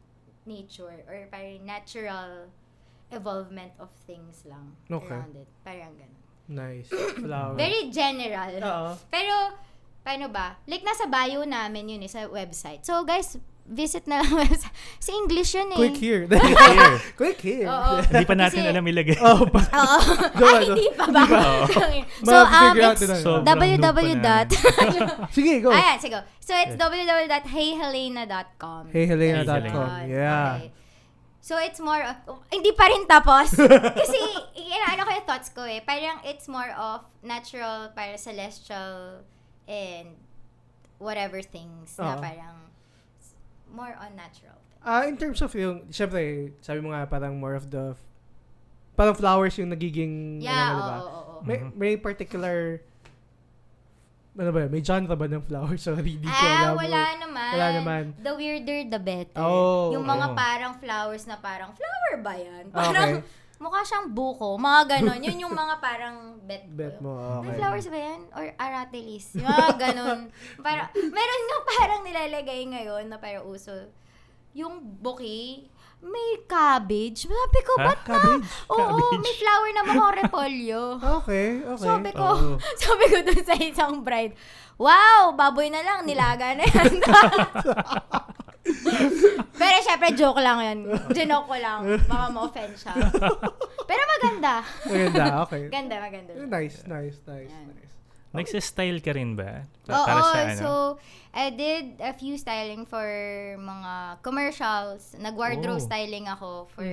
S3: nature or parang natural evolvement of things lang
S2: Okay.
S3: around it. Parang ganun.
S2: Nice. Flower.
S3: Very general.
S2: Oo.
S3: Pero, paano ba? Like, nasa bio namin yun eh, sa website. So, guys, visit na lang <laughs> website. Sa English yun eh.
S2: Quick <laughs> here.
S1: Here.
S2: Quick here.
S3: Oo.
S1: Hindi pa natin
S3: Kasi-
S1: alam ilagay.
S3: <laughs>
S2: Oh, pa.
S3: Oo.
S2: Go,
S3: Ay,
S2: ano?
S3: hindi pa ba?
S1: Oo.
S3: <laughs> so, um,
S2: Mapapigure out
S3: it's
S2: na yun.
S1: So- <laughs> Sobrang noob
S3: www.
S1: pa
S3: dot-
S2: <laughs>
S3: <laughs>
S2: Sige, go.
S3: Ayan, sige. So, it's
S1: Okay.
S3: www.heyhelena.com.
S2: Heyhelena.com.
S3: Ayun.
S2: Yeah.
S3: Okay. So, it's more of, oh, hindi pa rin
S2: <laughs>
S3: tapos. Kasi, yun, ano ko yung thoughts ko eh. Parang it's more of natural, parang celestial, and whatever things na
S2: Oo.
S3: parang more on natural.
S2: Ah, in terms of yung, syempre, sabi mo nga parang more of the, parang flowers yung nagiging,
S3: Yeah,
S2: ano,
S3: oo,
S2: diba?
S3: oo, oo.
S2: May,
S1: Mhm.
S2: may particular, ano ba, yun? may genre ba ng flowers? <laughs> Sorry, di ko
S3: Ah,
S2: alam.
S3: wala naman.
S2: Wala naman.
S3: The weirder, the better.
S2: Oh,
S3: yung mga
S1: oo.
S3: parang flowers na parang, flower ba yan?
S2: Ah, Okay.
S3: Parang, mukha siyang buko. Mga ganon. Yun yung mga parang bet ko.
S2: Bet mo,
S3: May
S2: okay.
S3: flowers ba yan? Or aratilis? Yung mga
S1: <laughs>
S3: ganun. Para, meron nga parang nilalagay ngayon na parang uso. Yung bouquet, may cabbage. Sabi ko,
S1: Ha?
S3: ba't na?
S1: Cabbage?
S3: Oo,
S1: Cabbage.
S3: may flower na mga
S1: <laughs>
S3: repolyo.
S2: Okay, okay.
S3: Sabi ko,
S1: Oo.
S3: <laughs> sabi ko dun sa isang bride, wow, baboy na lang, nilaga na yan. <laughs> Pero syempre, joke lang yun. Ginoke ko lang. Baka ma-offend
S1: <laughs>
S3: siya. Pero maganda.
S2: Maganda, okay.
S3: Ganda, maganda.
S2: Nice, nice, nice,
S3: Yan.
S2: nice.
S1: Nagsistyle ka rin ba? Pa-
S3: Oo,
S1: Para sa ano?
S3: so I did a few styling for mga commercials. Nag-wardrobe
S1: Oh.
S3: styling ako for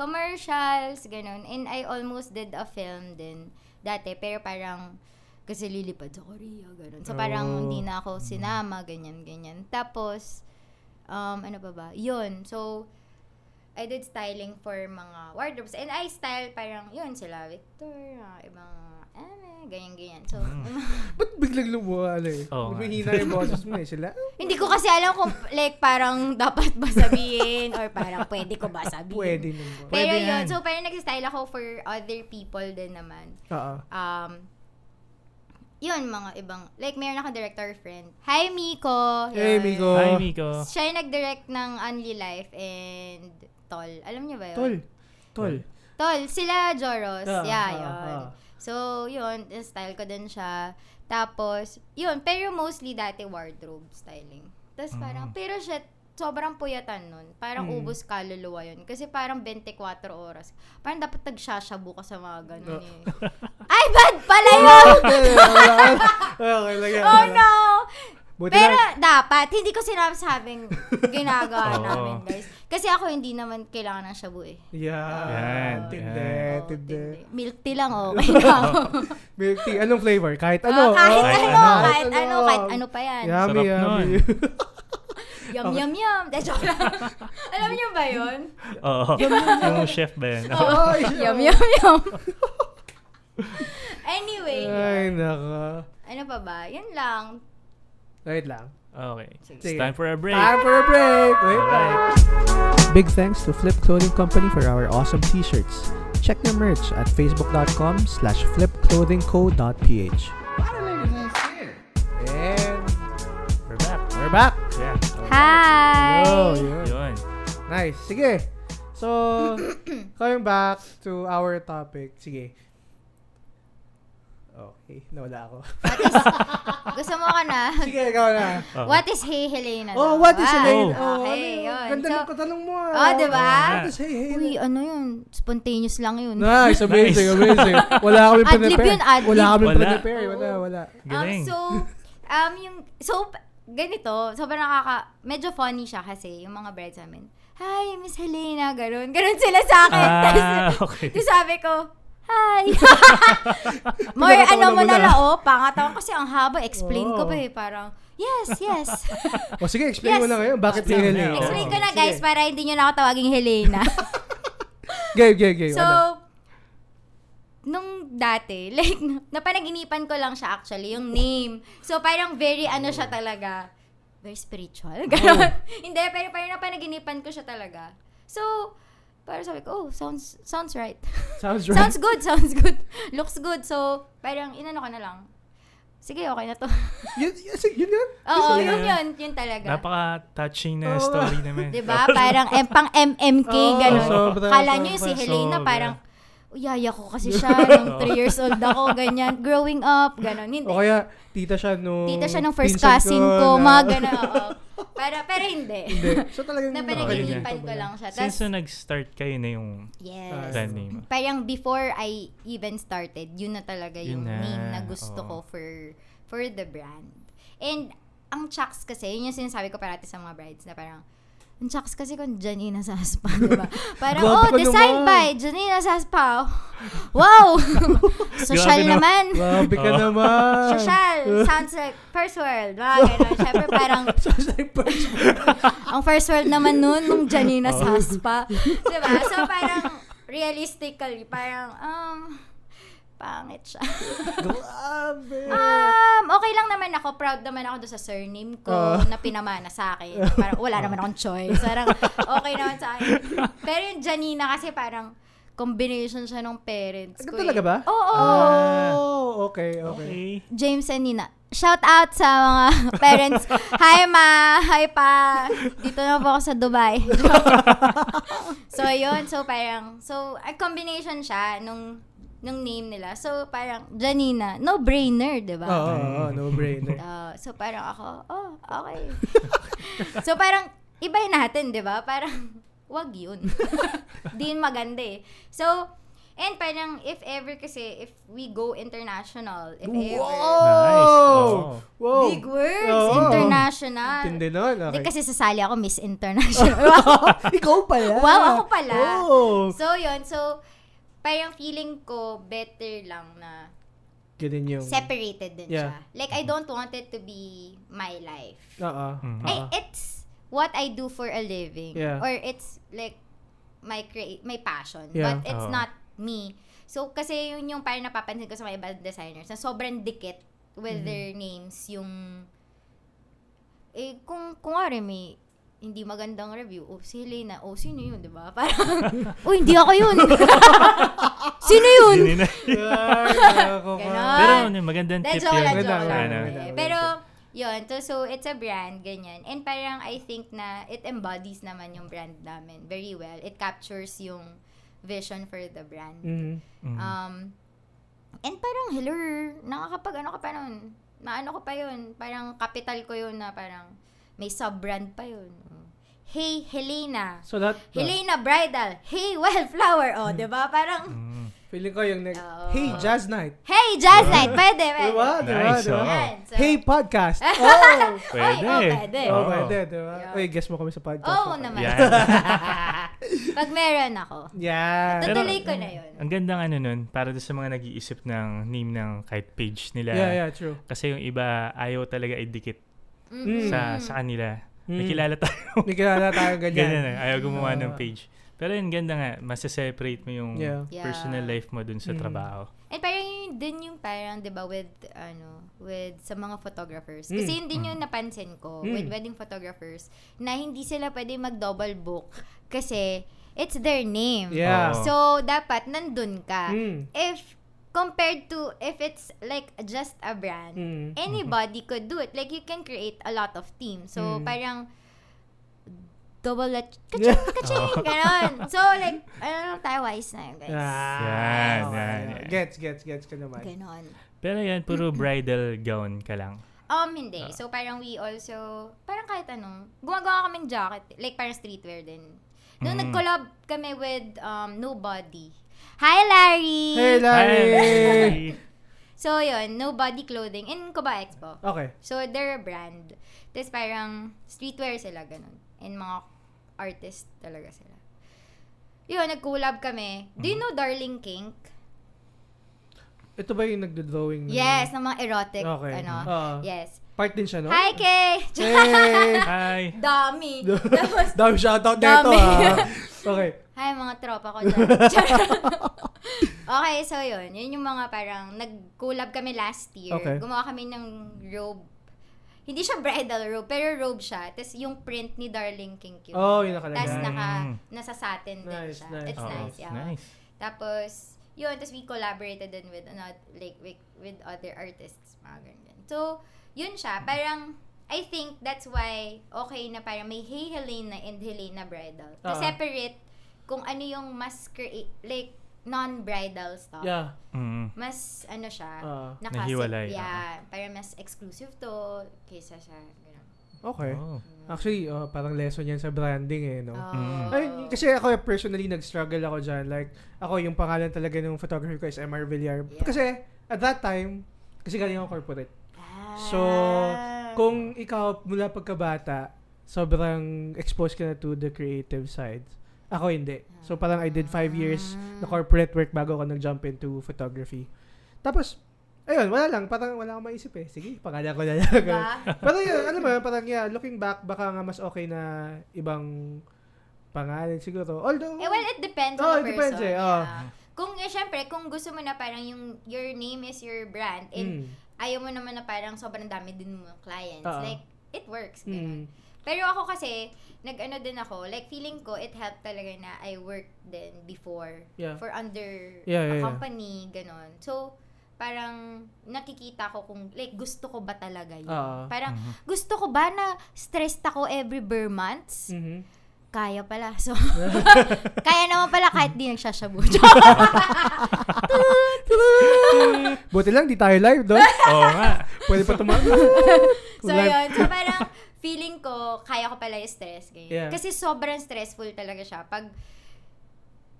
S3: commercials, ganun. And I almost did a film din dati, pero parang kasi lilipad sa Korea, ganun. So
S2: Oh.
S3: parang hindi
S1: Hmm.
S3: na ako sinama, ganyan, ganyan. Tapos, um, ano pa ba? Yun, so I did styling for mga wardrobes. And I style parang, yun, sila Victor, mga ibang, eh, ganyan, ganyan. So,
S1: Hmm.
S2: Ba't biglang lumuwala eh?
S1: Oo nga.
S2: Humihina yung boses mo eh. Sila,
S3: Hindi ko kasi alam kung like parang <laughs> dapat ba sabihin or parang pwede ko ba sabihin.
S2: pwede naman.
S3: Pero
S1: Pwede
S3: yun,
S1: yan.
S3: so parang nagsistyle ako for other people din naman.
S2: Oo.
S3: Um, yun, mga ibang, like meron akong director friend. Hi, Miko!
S2: Hey,
S3: Yun.
S2: Miko.
S1: Hi, Miko.
S3: Siya yung nag-direct ng Only Life and Tol. Alam niyo ba yun?
S2: Tol. Tol.
S3: Tol, sila Joros.
S2: Ah,
S3: yeah,
S2: ah,
S3: yun.
S2: ah.
S3: So, yun, style ko din siya. Tapos, yun, pero mostly dati wardrobe styling. Tapos
S2: Mm-hmm.
S3: parang, pero shit, sobrang puyatan nun. Parang
S2: Mm.
S3: ubos kaluluwa yun. Kasi parang 24 oras. Parang dapat nagsashabu ka sa mga ganun eh. Ay, bad pala yun!
S2: Okay, Ah. <laughs> wala. Okay, lagyan mo
S3: Oh
S2: na.
S3: no!
S2: Buti
S3: Pero
S2: lang.
S3: dapat, hindi ko
S2: <laughs>
S3: sinasabing ginagawa
S1: Oo.
S3: namin, guys. Kasi ako hindi naman kailangan ng shabu eh.
S2: Yeah.
S1: Yan,
S2: Tindi,
S3: Oo,
S2: tindi.
S3: tindi. Milk tea lang,
S2: <laughs>
S3: okay na.
S2: Milk tea, anong flavor? Kahit ano.
S3: Ano? kahit
S1: Kahit ano.
S3: ano, kahit ano, kahit ano pa yan.
S2: Yummy,
S1: Sarap
S2: yummy.
S1: nun.
S3: Yum, yum, yum. De, joke lang. <laughs> Alam niyo ba <laughs> yun?
S1: Oo. Yung chef ba yan? Oo.
S2: <laughs> Ay,
S3: <laughs> yum, yum, yum. anyway,
S2: Ay, naka.
S3: ano pa ba? Yun lang.
S2: Wait lang.
S1: <laughs> Okay.
S2: Sige.
S1: It's time for a break.
S2: Time for a break. Wait lang.
S1: Alright.
S2: Big thanks to Flip Clothing Company for our awesome t-shirts. Check their merch at facebook.com slash flipclothingco.ph And
S1: We're back.
S2: we're back!
S1: Yeah.
S3: Hi!
S2: Yo, yo.
S1: Yun.
S2: Nice. Sige. So,
S3: <coughs>
S2: coming back to our topic. Sige. Okay, nawala
S3: <laughs>
S2: ako.
S3: Gusto mo ka
S2: <laughs>
S3: na?
S2: Sige, ikaw na.
S1: Oo.
S3: What is Hey Helena?
S2: Oh, what is
S3: Wow.
S2: Elaine?
S1: Oh.
S2: Oh,
S3: Okay,
S2: ano yun?
S3: yun.
S2: Ganda
S3: So,
S2: ng katanong mo. ah.
S3: Oh, diba?
S2: What is hey, hey,
S3: Uy, ano yun? Spontaneous lang yun.
S2: Nice, amazing,
S1: Nice.
S2: amazing. Wala kami
S3: Adlib
S2: prepare.
S3: yun, adlib.
S2: Wala kami
S1: Wala.
S2: prepare. Wala,
S3: Oo.
S2: wala.
S1: Galing.
S3: Um, so, um, yung, so, p- ganito, sobrang nakaka, medyo funny siya kasi, yung mga brides namin, Hi, Miss Helena, ganun. Ganun sila sa akin.
S1: Ah,
S3: Tapos,
S1: okay.
S3: tapos sabi ko,
S2: <laughs>
S3: Hi! More
S2: Pinakatawa
S3: ano mo
S2: mo na.
S3: na lang, oh, pangatawang kasi ang haba, explain ko
S2: Oo.
S3: pa eh, parang, Yes, yes.
S2: O sige, Oh. explain
S3: Yes.
S2: mo na ngayon. Bakit si
S1: Explain mo na,
S2: Helena?
S1: oo.
S3: explain
S1: Oo.
S3: ko na guys, para hindi nyo na ako tawaging Helena.
S2: <laughs> Game, game, game.
S3: so, nung dati, <laughs> like, napanaginipan ko lang siya actually, yung name. So, parang very ano siya talaga. Very spiritual. <laughs>
S2: Oh.
S3: Ganon. Hindi, pero parang napanaginipan ko siya talaga. So, parang sabi ko, oh, sounds, sounds right. <laughs>
S2: Sounds right.
S3: sounds good, sounds good. Looks good. So, parang inano ko na lang. Sige, okay na to. <laughs>
S2: yun, yun, yun, yun.
S3: Oo,
S1: Sige.
S3: yun yun. Yun talaga.
S1: Napaka-touching na
S3: Oh.
S2: Oo.
S1: story
S3: <laughs>
S1: naman. Oh,
S3: Diba? Parang em, pang MMK,
S2: <laughs> Oo,
S3: ganon.
S2: sobra,
S3: Kala nyo
S2: sobra.
S3: si Helena
S1: Sobra.
S3: parang, uyaya ko kasi siya nung 3 years old ako, ganyan. Growing up, ganon. Hindi.
S2: O kaya, tita siya nung...
S3: Tita siya nung first
S2: pinsan
S3: cousin ko,
S2: na-
S3: mga ganon. oo. Para, pero hindi.
S2: Hindi. So talagang...
S3: Napanaginipan
S2: nakakalimutan
S3: ko lang siya. Tas,
S1: Since na nag-start kayo na yung
S3: yes.
S1: brand name.
S3: Parang before I even started, yun na talaga yung
S1: Yun na,
S3: name na gusto
S1: oo.
S3: ko for for the brand. And ang chucks kasi, yun yung sinasabi ko parati sa mga brides na parang, ang chucks kasi kung Janina Saspa, di
S1: <laughs>
S3: ba? Parang,
S2: Grabe ka
S3: oh, designed
S2: naman."
S3: by Janina Saspa. <laughs>
S1: <laughs>
S3: Wow!
S1: Grabe
S3: Social
S1: naman.
S3: naman.
S2: Grabe ka
S1: Oo.
S2: naman. Um.
S3: Social. Sounds like first world. Mga ganun. Siyempre parang,
S2: <laughs> Sounds like first
S3: <laughs>
S2: Oh.
S3: ang first world naman nun, nung Janina Saspa. Diba? So, parang, realistically, parang, um, pangit siya.
S2: Grabe.
S3: um, okay lang naman ako. Proud naman ako doon sa surname ko
S2: Ah.
S3: na pinamana sa akin.
S2: Oh.
S3: Parang, wala naman akong choice. Parang, okay naman sa akin. Pero yung Janina kasi parang, combination siya ng parents
S2: Ano
S3: ko. eh.
S2: talaga ba?
S3: Oo.
S2: Oh, okay, okay.
S1: Okay.
S3: James and Nina. Shout out sa mga <laughs> parents. Hi ma, hi pa. Dito na po ako sa Dubai. <laughs> so yun, so parang so a combination siya nung nung name nila. So parang Janina, no brainer, 'di ba?
S2: Oo, oh, no brainer.
S3: Uh, so parang ako, oh, okay. <laughs> so parang <laughs> ibahin natin, 'di ba? Parang wag 'yun. Din maganda eh. So And parang if ever kasi, if we go international, if
S2: Wow!
S3: ever,
S1: Nice.
S2: Oh!
S1: Oh.
S2: Wow.
S3: big words,
S2: Oo.
S3: international.
S2: Tindi nun.
S3: Hindi
S2: Okay.
S3: kasi sasali ako Miss International.
S2: <laughs>
S3: <laughs> wow,
S2: Ikaw pala.
S3: wow, ako pala.
S2: Oh.
S3: So, yun. So, parang feeling ko better lang na
S2: Ganun yung...
S3: separated din
S2: Yeah.
S3: siya. Like, I don't want it to be my life.
S2: Oo.
S1: Mm.
S2: oo.
S3: Eh, it's what I do for a living.
S2: Yeah.
S3: Or it's like my create my passion.
S2: Yeah.
S3: But it's
S1: Oo.
S3: not me. So, kasi yun yung parang napapansin ko sa mga ibang designers na sobrang dikit
S2: Mm-hmm.
S3: with their names yung eh, kung, kung nga rin may hindi magandang review, oh, si Helena, oh, sino yun, di ba? <laughs> Parang,
S2: <laughs>
S3: oh, hindi ako yun. <laughs> sino yun?
S1: Hindi na.
S3: <laughs>
S2: Ay, nako ka.
S3: Ganon.
S1: Pero ano, magandang
S3: Hindi,
S1: tip
S3: joke lang,
S1: yun.
S2: Wala,
S3: joke
S2: wala,
S3: lang.
S1: wala,
S3: Eh,
S2: wala.
S3: Pero, yun. So, so, it's a brand, ganyan. And parang I think na it embodies naman yung brand namin very well. It captures yung vision for the brand.
S2: Mhm.
S1: Mm.
S3: Um, and parang, hello, nakakapag ano ka pa nun? Maano ko pa yun? Parang capital ko yun na parang may sub-brand pa yun. Hey, Helena.
S2: So, lahat...
S3: Helena Bridal. Hey, Wildflower. O, oh,
S2: Hmm.
S3: di ba? Parang,
S1: Mm.
S2: Feeling ko yung... nag-
S3: Oo.
S2: Hey, Jazz Night.
S3: hey, Jazz
S2: <laughs>
S3: Night. Pwede, pwede.
S2: Diba? Diba?
S1: Nice,
S2: Diba?
S1: oh.
S3: Yan, so-
S2: Hey,
S3: <laughs>
S2: podcast. Oh!
S1: Pwede.
S3: Ay, oh, pwede.
S2: Oh,
S1: Oo.
S2: pwede, diba?
S3: Yeah.
S2: Uy, guess mo kami sa podcast.
S3: Oo
S2: Okay.
S3: naman.
S1: Yan.
S3: <laughs> Pag meron ako,
S2: Yeah.
S1: Pero- mm,
S3: tutuloy ko na yun.
S1: Ang ganda ng ano nun, para doon sa mga nag-iisip ng name ng kahit page nila.
S2: Yeah, yeah, true.
S1: Kasi yung iba, ayaw talaga idikit
S3: Mm-mm.
S1: mm, sa sa kanila. May
S2: Mm.
S1: kilala tayo.
S2: May kilala tayo ganyan.
S1: Ganyan eh. Ayaw gumawa ng
S2: Ah.
S1: page. Pero yun, ganda nga. Masaseparate mo yung
S2: Yeah.
S3: Yeah.
S1: personal life mo dun sa
S2: Mm.
S1: trabaho.
S3: And parang yun din yung parang, di ba, with, ano, with sa mga photographers.
S2: Mm.
S3: Kasi yun din
S1: Mm.
S3: yung napansin ko
S2: Mm.
S3: with wedding photographers na hindi sila pwede mag-double book kasi it's their name.
S2: Yeah.
S1: Oo.
S3: So, dapat nandun ka.
S2: Mm.
S3: If, compared to, if it's like just a brand,
S2: Mm.
S3: anybody could do it. Like, you can create a lot of teams. So,
S2: Mm.
S3: parang, double
S2: <laughs>
S3: let, kaching, kaching,
S2: Oh.
S3: ganon. So, like, ano lang tayo, wise na yun, guys.
S2: Ah,
S1: Yan,
S2: okay.
S1: yan, yan.
S2: Gets, gets, gets ka naman.
S3: Ganon.
S1: Pero yan, puro bridal gown ka lang.
S3: Um, hindi. So, parang we also, parang kahit anong, gumagawa kami ng jacket, like, parang streetwear din. Nung
S1: Mm.
S3: nag-collab kami with um, Nobody. Hi, Larry!
S2: Hey, Larry!
S1: Hi!
S3: so, yun, Nobody Clothing in Cuba Expo.
S2: Okay.
S3: So, they're a brand. Tapos parang streetwear sila, ganun. And mga artist talaga sila. Yun, nag-collab kami.
S2: Mm-hmm.
S3: Do you know Darling Kink?
S2: Ito ba yung nagdo-drawing? ng-
S3: Yes, ng mga erotic,
S2: Okay. Uh-huh.
S3: ano.
S2: Oo.
S3: Yes.
S2: Part din siya, no?
S3: Hi,
S2: <laughs>
S3: Kay! <laughs>
S2: Hey!
S1: Hi!
S2: <laughs>
S3: Dami! Tapos,
S2: Dami shoutout nito,
S3: Dami.
S2: ah.
S3: <laughs>
S2: Okay.
S3: hi mga tropa ko dyan. <laughs> okay, so yun. Yun yung mga parang nag-collab kami last year.
S2: Okay.
S3: Gumawa kami ng robe. Hindi siya bridal robe, pero robe siya. Tapos yung print ni Darling Kink yun.
S2: Oh, yun nakalagay.
S3: Tapos
S1: Mm.
S3: naka, nasa satin din
S2: Nice,
S3: siya.
S2: nice,
S3: It's
S1: Oo,
S3: nice, yeah.
S1: Nice.
S3: Tapos, yun, tapos we collaborated din with, ano, like, with, with other artists, mga ganyan. So, yun siya, parang, I think that's why okay na parang may Hey Helena and Helena Bridal. To
S2: Oo.
S3: separate kung ano yung mas create, like, non-bridal stuff.
S2: Yeah.
S1: Mm.
S3: Mas, ano siya,
S2: Ah.
S3: nakasip-
S1: Nahiwalay,
S3: Yeah, parang mas exclusive to kaysa siya. Ganun.
S2: Ah,
S3: Mm.
S2: Okay.
S1: Oh.
S2: Actually, oh, parang lesson yan sa branding eh, no?
S1: Mm.
S3: Oo.
S2: Ay, kasi ako eh, personally nag-struggle ako dyan. Like, ako yung pangalan talaga ng photography ko is MR Villar.
S3: Yeah.
S2: Kasi at that time, kasi galing ako corporate.
S3: Ah.
S2: So, Kung ikaw mula pagkabata, sobrang exposed ka na to the creative side. Ako hindi. So parang I did five years na
S3: Ah.
S2: corporate work bago ako nag-jump into photography. Tapos, ayun, wala lang. Parang wala akong maisip eh. Sige, pangalan ko na lang. <laughs>
S3: Diba?
S2: parang yun, alam mo, yun, parang yeah, looking back, baka nga mas okay na ibang pangalan siguro. Although,
S3: Eh, well, it depends
S2: Oh,
S3: on
S2: it
S3: the person.
S2: depends eh, oh.
S3: yeah. Kung, eh, syempre, kung gusto mo na parang yung your name is your brand and
S2: mm,
S3: ayaw mo naman na parang sobrang dami din mo ng clients,
S2: Oo.
S3: like, it works.
S2: mm,
S3: ganun. Pero ako kasi, nag-ano din ako, like, feeling ko, it helped talaga na I worked din before
S2: Yeah.
S3: for under
S2: Yeah, yeah,
S3: a
S2: yeah.
S3: company, ganon. So, parang nakikita ko kung, like, gusto ko ba talaga yun.
S2: Oo. Mm-hmm.
S3: Parang,
S1: Mhm.
S3: gusto ko ba na stressed ako every bare months?
S2: mhm.
S3: Kaya pala. So, kaya naman pala kahit
S2: <laughs>
S3: di
S2: <laughs>
S3: nagsashabu. <laughs>
S2: Buti lang, di tayo live
S3: <laughs>
S2: doon.
S1: Oo nga.
S2: Pwede pa tumama.
S3: so, yun. So, parang feeling ko, kaya ko pala yung stress. Ganyan.
S2: Yeah.
S3: Kasi sobrang stressful talaga siya. Pag,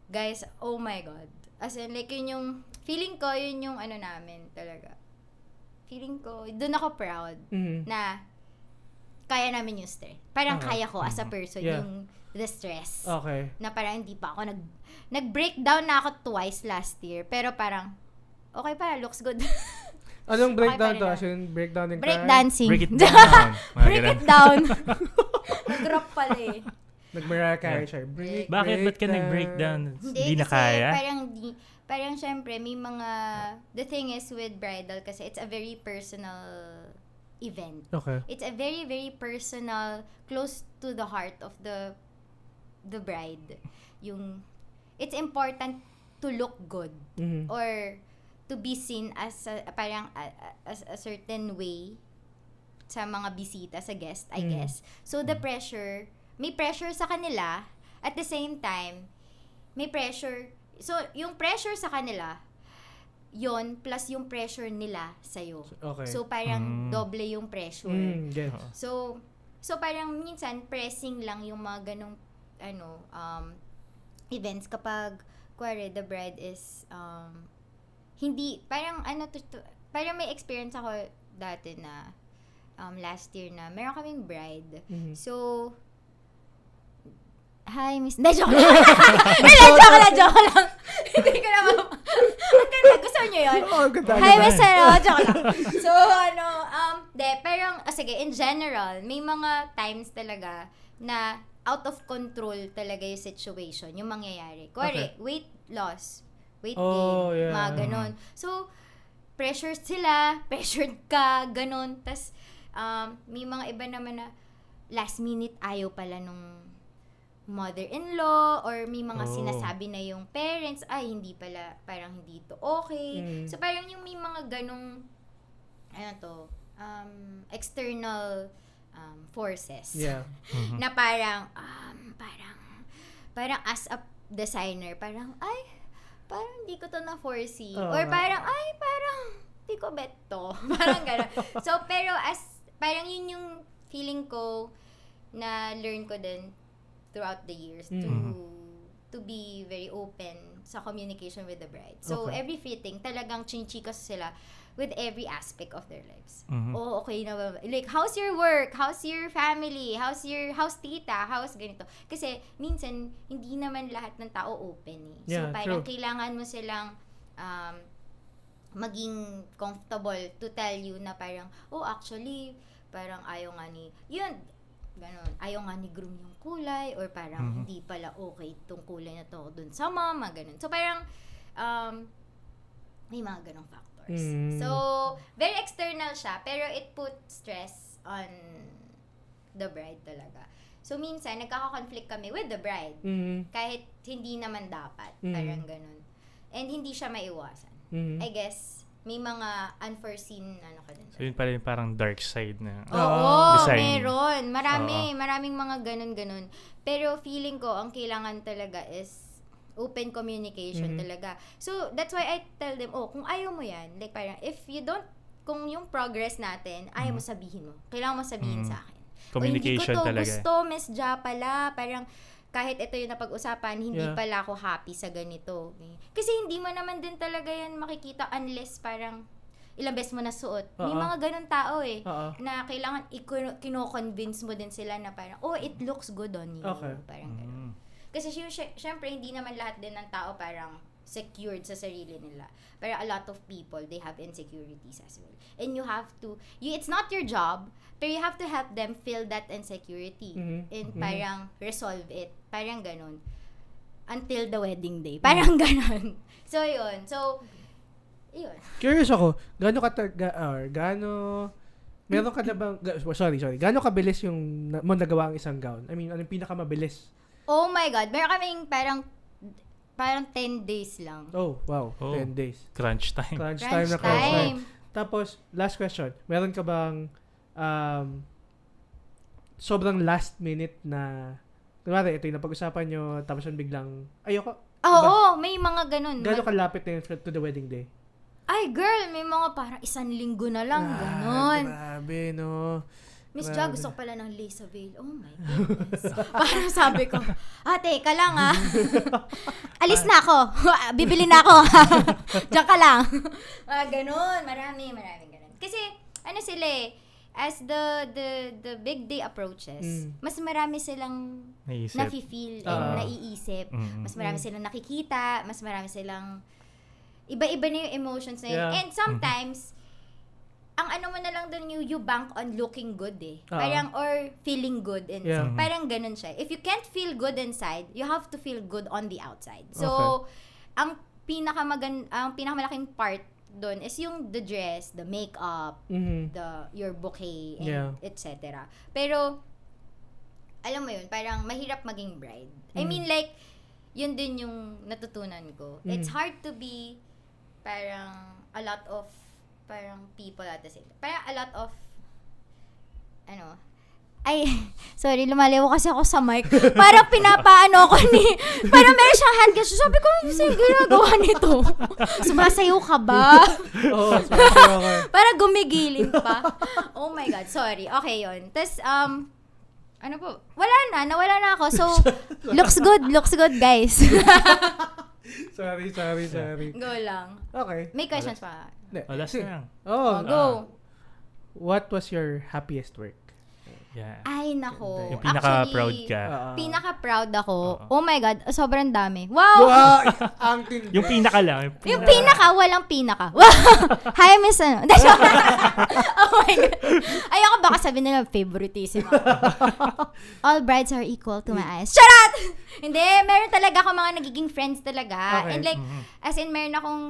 S3: guys, oh my God. As in, like, yun yung, feeling ko, yun yung ano namin talaga. Feeling ko, dun ako proud
S2: Mm.
S3: na kaya namin yung stress. Parang
S2: Ah,
S3: kaya ko as a
S1: mhm.
S3: person
S2: Yeah.
S3: yung the stress.
S2: Okay.
S3: Na parang hindi pa ako nag, nag-breakdown na ako twice last year. Pero parang, okay pa, looks
S1: <laughs>
S3: good.
S2: Anong breakdown
S3: Okay,
S2: to?
S3: pare
S2: As in, breakdown ng
S3: Break
S2: car?
S3: dancing. <laughs>
S1: Break it down. Mga
S3: Break
S1: ganun.
S3: it <laughs> down. Drop pala eh.
S2: Nag-Mariah
S1: Yeah.
S2: Carey siya. Break,
S1: Bakit? Ba't ka
S2: breakdown.
S1: nag-breakdown? Hindi na
S3: kasi
S1: kaya?
S3: Parang di, parang syempre may mga the thing is with bridal kasi it's a very personal event.
S2: Okay.
S3: It's a very very personal close to the heart of the the bride. Yung it's important to look good
S2: Mhm.
S3: or to be seen as a, parang a, a- as a certain way sa mga bisita sa guest I
S2: Mm.
S3: guess so the pressure may pressure sa kanila at the same time may pressure so yung pressure sa kanila yon plus yung pressure nila sa'yo.
S2: Mm-hmm. Okay.
S3: so parang
S1: Mm.
S3: doble yung pressure
S2: Mm, yes.
S1: Oo.
S3: So, so parang minsan pressing lang yung mga ganong ano um events kapag kuwari the bride is um hindi parang ano to, to- parang may experience ako dati na um last year na meron kaming bride.
S2: Mhm.
S3: So Hi, Miss... <laughs> Hindi, joke lang. Hindi, joke lang, joke lang. <laughs> Hindi ko naman... <laughs> Ang ganda, gusto niyo yun?
S2: Oo, ang ganda.
S1: Hi,
S3: Hi,
S1: ba?
S3: Miss
S2: <laughs>
S3: Sarah. Joke lang. So, ano, um, de, pero, oh, sige, in general, may mga times talaga na out of control talaga yung situation, yung mangyayari. Kuwari, weight loss, weight
S2: Oh, yeah.
S3: gain, mga ganon. So, pressured sila, <laughs> pressured ka, ganon. Tapos, um, may mga iba naman na last minute ayaw pala nung mother-in-law or may mga
S1: Oh.
S3: sinasabi na yung parents, ay, hindi pala, parang hindi to okay.
S2: Mm.
S3: So, parang yung may mga ganong, ano to, um, external um, forces.
S2: Yeah.
S1: Mhm.
S2: Mm-hmm.
S3: Na parang, um, parang, parang as a designer, parang, ay, parang hindi ko to na-foresee.
S2: Oo
S3: Or
S2: nga.
S3: parang, ay, parang, hindi ko bet to. <laughs> parang gano'n. So, pero as, parang yun yung feeling ko na learn ko din throughout the years
S1: Mhm.
S3: to
S2: Mm-hmm.
S3: to be very open sa communication with the bride. So,
S2: Okay.
S3: every fitting, talagang chinchikas sila with every aspect of their lives.
S1: Mhm.
S2: Mm-hmm.
S3: Oh, okay na ba? Like, how's your work? How's your family? How's your, how's tita? How's ganito? Kasi, minsan, hindi naman lahat ng tao open eh.
S2: Yeah,
S3: so, parang
S2: true.
S3: kailangan mo silang um, maging comfortable to tell you na parang, oh, actually, parang ayaw nga ni, yun, ganun, ayaw nga ni groom yung kulay or parang
S2: Mm-hmm.
S1: Mhm.
S3: hindi pala okay tong kulay na to dun sa mama, ganun. So, parang, um, may mga ganong factors.
S2: Mm.
S3: So, very external siya, pero it put stress on the bride talaga. So, minsan, nagkaka-conflict kami with the bride.
S2: Mhm.
S3: Kahit hindi naman dapat.
S2: Mm.
S3: Parang ganun. And hindi siya maiwasan.
S2: Mhm.
S3: I guess, may mga unforeseen ano ka din.
S1: So, yun pala yung parang dark side na.
S3: Oo,
S2: Ah,
S1: design.
S3: meron. Marami, maraming mga ganun-ganun. Pero feeling ko, ang kailangan talaga is open communication
S2: Mhm.
S3: talaga. So, that's why I tell them, oh, kung ayaw mo yan, like parang, if you don't, kung yung progress natin, ayaw mo sabihin mo. Kailangan mo sabihin
S1: Mhm.
S3: sa akin. O,
S1: Communication
S3: hindi ko to
S1: talaga. eh."
S3: gusto, Miss Ja pala. Parang, kahit ito yung napag-usapan, hindi
S2: Yeah.
S3: pala ako happy sa ganito. Kasi hindi mo naman din talaga yan makikita unless parang ilang beses mo nasuot. May
S2: Oo.
S3: mga ganun tao eh
S2: Oo.
S3: na kailangan ikino- kino-convince mo din sila na parang, oh, it looks good on you.
S2: Okay.
S3: Parang ganun.
S1: Mhm.
S3: Kasi sy- sy- syempre, hindi naman lahat din ng tao parang secured sa sarili nila. Pero a lot of people, they have insecurities as well. And you have to, you, it's not your job, pero you have to help them feel that insecurity.
S2: Mhm.
S3: And
S2: Mhm.
S3: parang resolve it. Parang ganun. Until the wedding day. Parang <laughs> ganun. So, yun. So, yun.
S2: Curious ako, gaano ka, ta- ga- or gaano, meron ka na bang, ga- sorry, sorry, gaano kabilis yung na- mo nagawa ang isang gown? I mean, anong pinakamabilis?
S3: Oh my God. Meron kaming parang parang 10 days lang.
S2: Oh, wow,
S1: Oh.
S2: 10
S1: <laughs>
S2: days.
S1: Crunch time.
S2: Crunch, time
S3: Crunch
S2: na crunch time.
S3: time.
S2: Tapos, last question, meron ka bang, um, sobrang last minute na, kunwari, ito yung napag-usapan nyo, tapos yun biglang, ayoko,
S3: Oo,
S2: Diba?
S3: oo, may mga ganun.
S2: gaano kalapit na yun for- to the wedding day?
S3: Ay, girl, may mga parang isang linggo na lang.
S2: Ah,
S3: ganun.
S2: Grabe, no.
S3: Miss
S2: Grabe.
S3: Ja, gusto ko pala ng lace veil. Oh
S2: <laughs>
S3: my goodness. Parang sabi ko, ate, ka lang
S2: <laughs>
S3: ah. Alis na ako. <laughs> Bibili na ako. Diyan ka lang. <laughs> Mga ganun. Marami, maraming ganun. Kasi, ano sila eh, as the the the big day approaches,
S2: Mm.
S3: mas marami silang
S1: Naisip.
S3: nafe-feel and
S2: Ah.
S3: naiisip.
S1: Mm.
S3: Mas marami
S2: Mm.
S3: silang nakikita, mas marami silang iba-iba na yung emotions na yun.
S2: Yeah.
S3: And sometimes, ang ano mo na lang doon, you, you bank on looking good eh.
S2: Ah.
S3: Parang, or feeling good inside.
S2: Yeah. Mm-hmm.
S3: Parang ganun siya. If you can't feel good inside, you have to feel good on the outside. So, ang pinakamagan ang pinakamalaking part doon is yung the dress, the makeup,
S2: Mhm.
S3: the your bouquet and
S2: Yeah.
S3: etc. Pero alam mo yun, parang mahirap maging bride.
S2: Mm.
S3: I mean like yun din yung natutunan ko. It's
S2: Mm.
S3: hard to be parang a lot of parang people at the same time. Parang a lot of ano ay, <laughs> sorry, lumalayo kasi ako sa
S2: <laughs>
S3: mic. Parang pinapaano ako ni... Parang meron siyang hand gesture. Sabi ko, sino ginagawa
S2: <laughs>
S3: nito? Sumasayo ka ba?
S2: <laughs> Oo, sorry ako.
S3: Para gumigiling pa. oh my God, sorry. Okay, yun. Tapos, um, ano po? Wala na, nawala na ako. <laughs> So, looks good, looks good, <laughs> guys.
S2: Sorry, sorry, sorry.
S3: go lang.
S2: Okay.
S3: May questions pa.
S2: Ne-
S1: Oh, last
S2: sige.
S1: na lang.
S2: Oh,
S3: Oh, go.
S2: What was your happiest work?
S1: Yeah.
S3: Ay, nako.
S1: Yung pinaka-proud ka.
S2: Ah.
S3: Pinaka-proud ako.
S1: Oo.
S3: Oh my God, sobrang dami. Wow!
S2: Wow! <laughs> Ang tindi.
S1: Yung pinaka
S3: <laughs>
S1: lang.
S3: Yung pinaka, walang pinaka. <laughs> Wow! Hi, Miss Ano. <laughs> That's- oh my God. Ayoko baka sabihin nila favoritism ako.
S1: <laughs>
S3: All brides are equal to my eyes. Shut up! Hindi, meron talaga ako mga nagiging friends talaga.
S2: Okay.
S3: And like,
S1: Mhm.
S3: as in, meron akong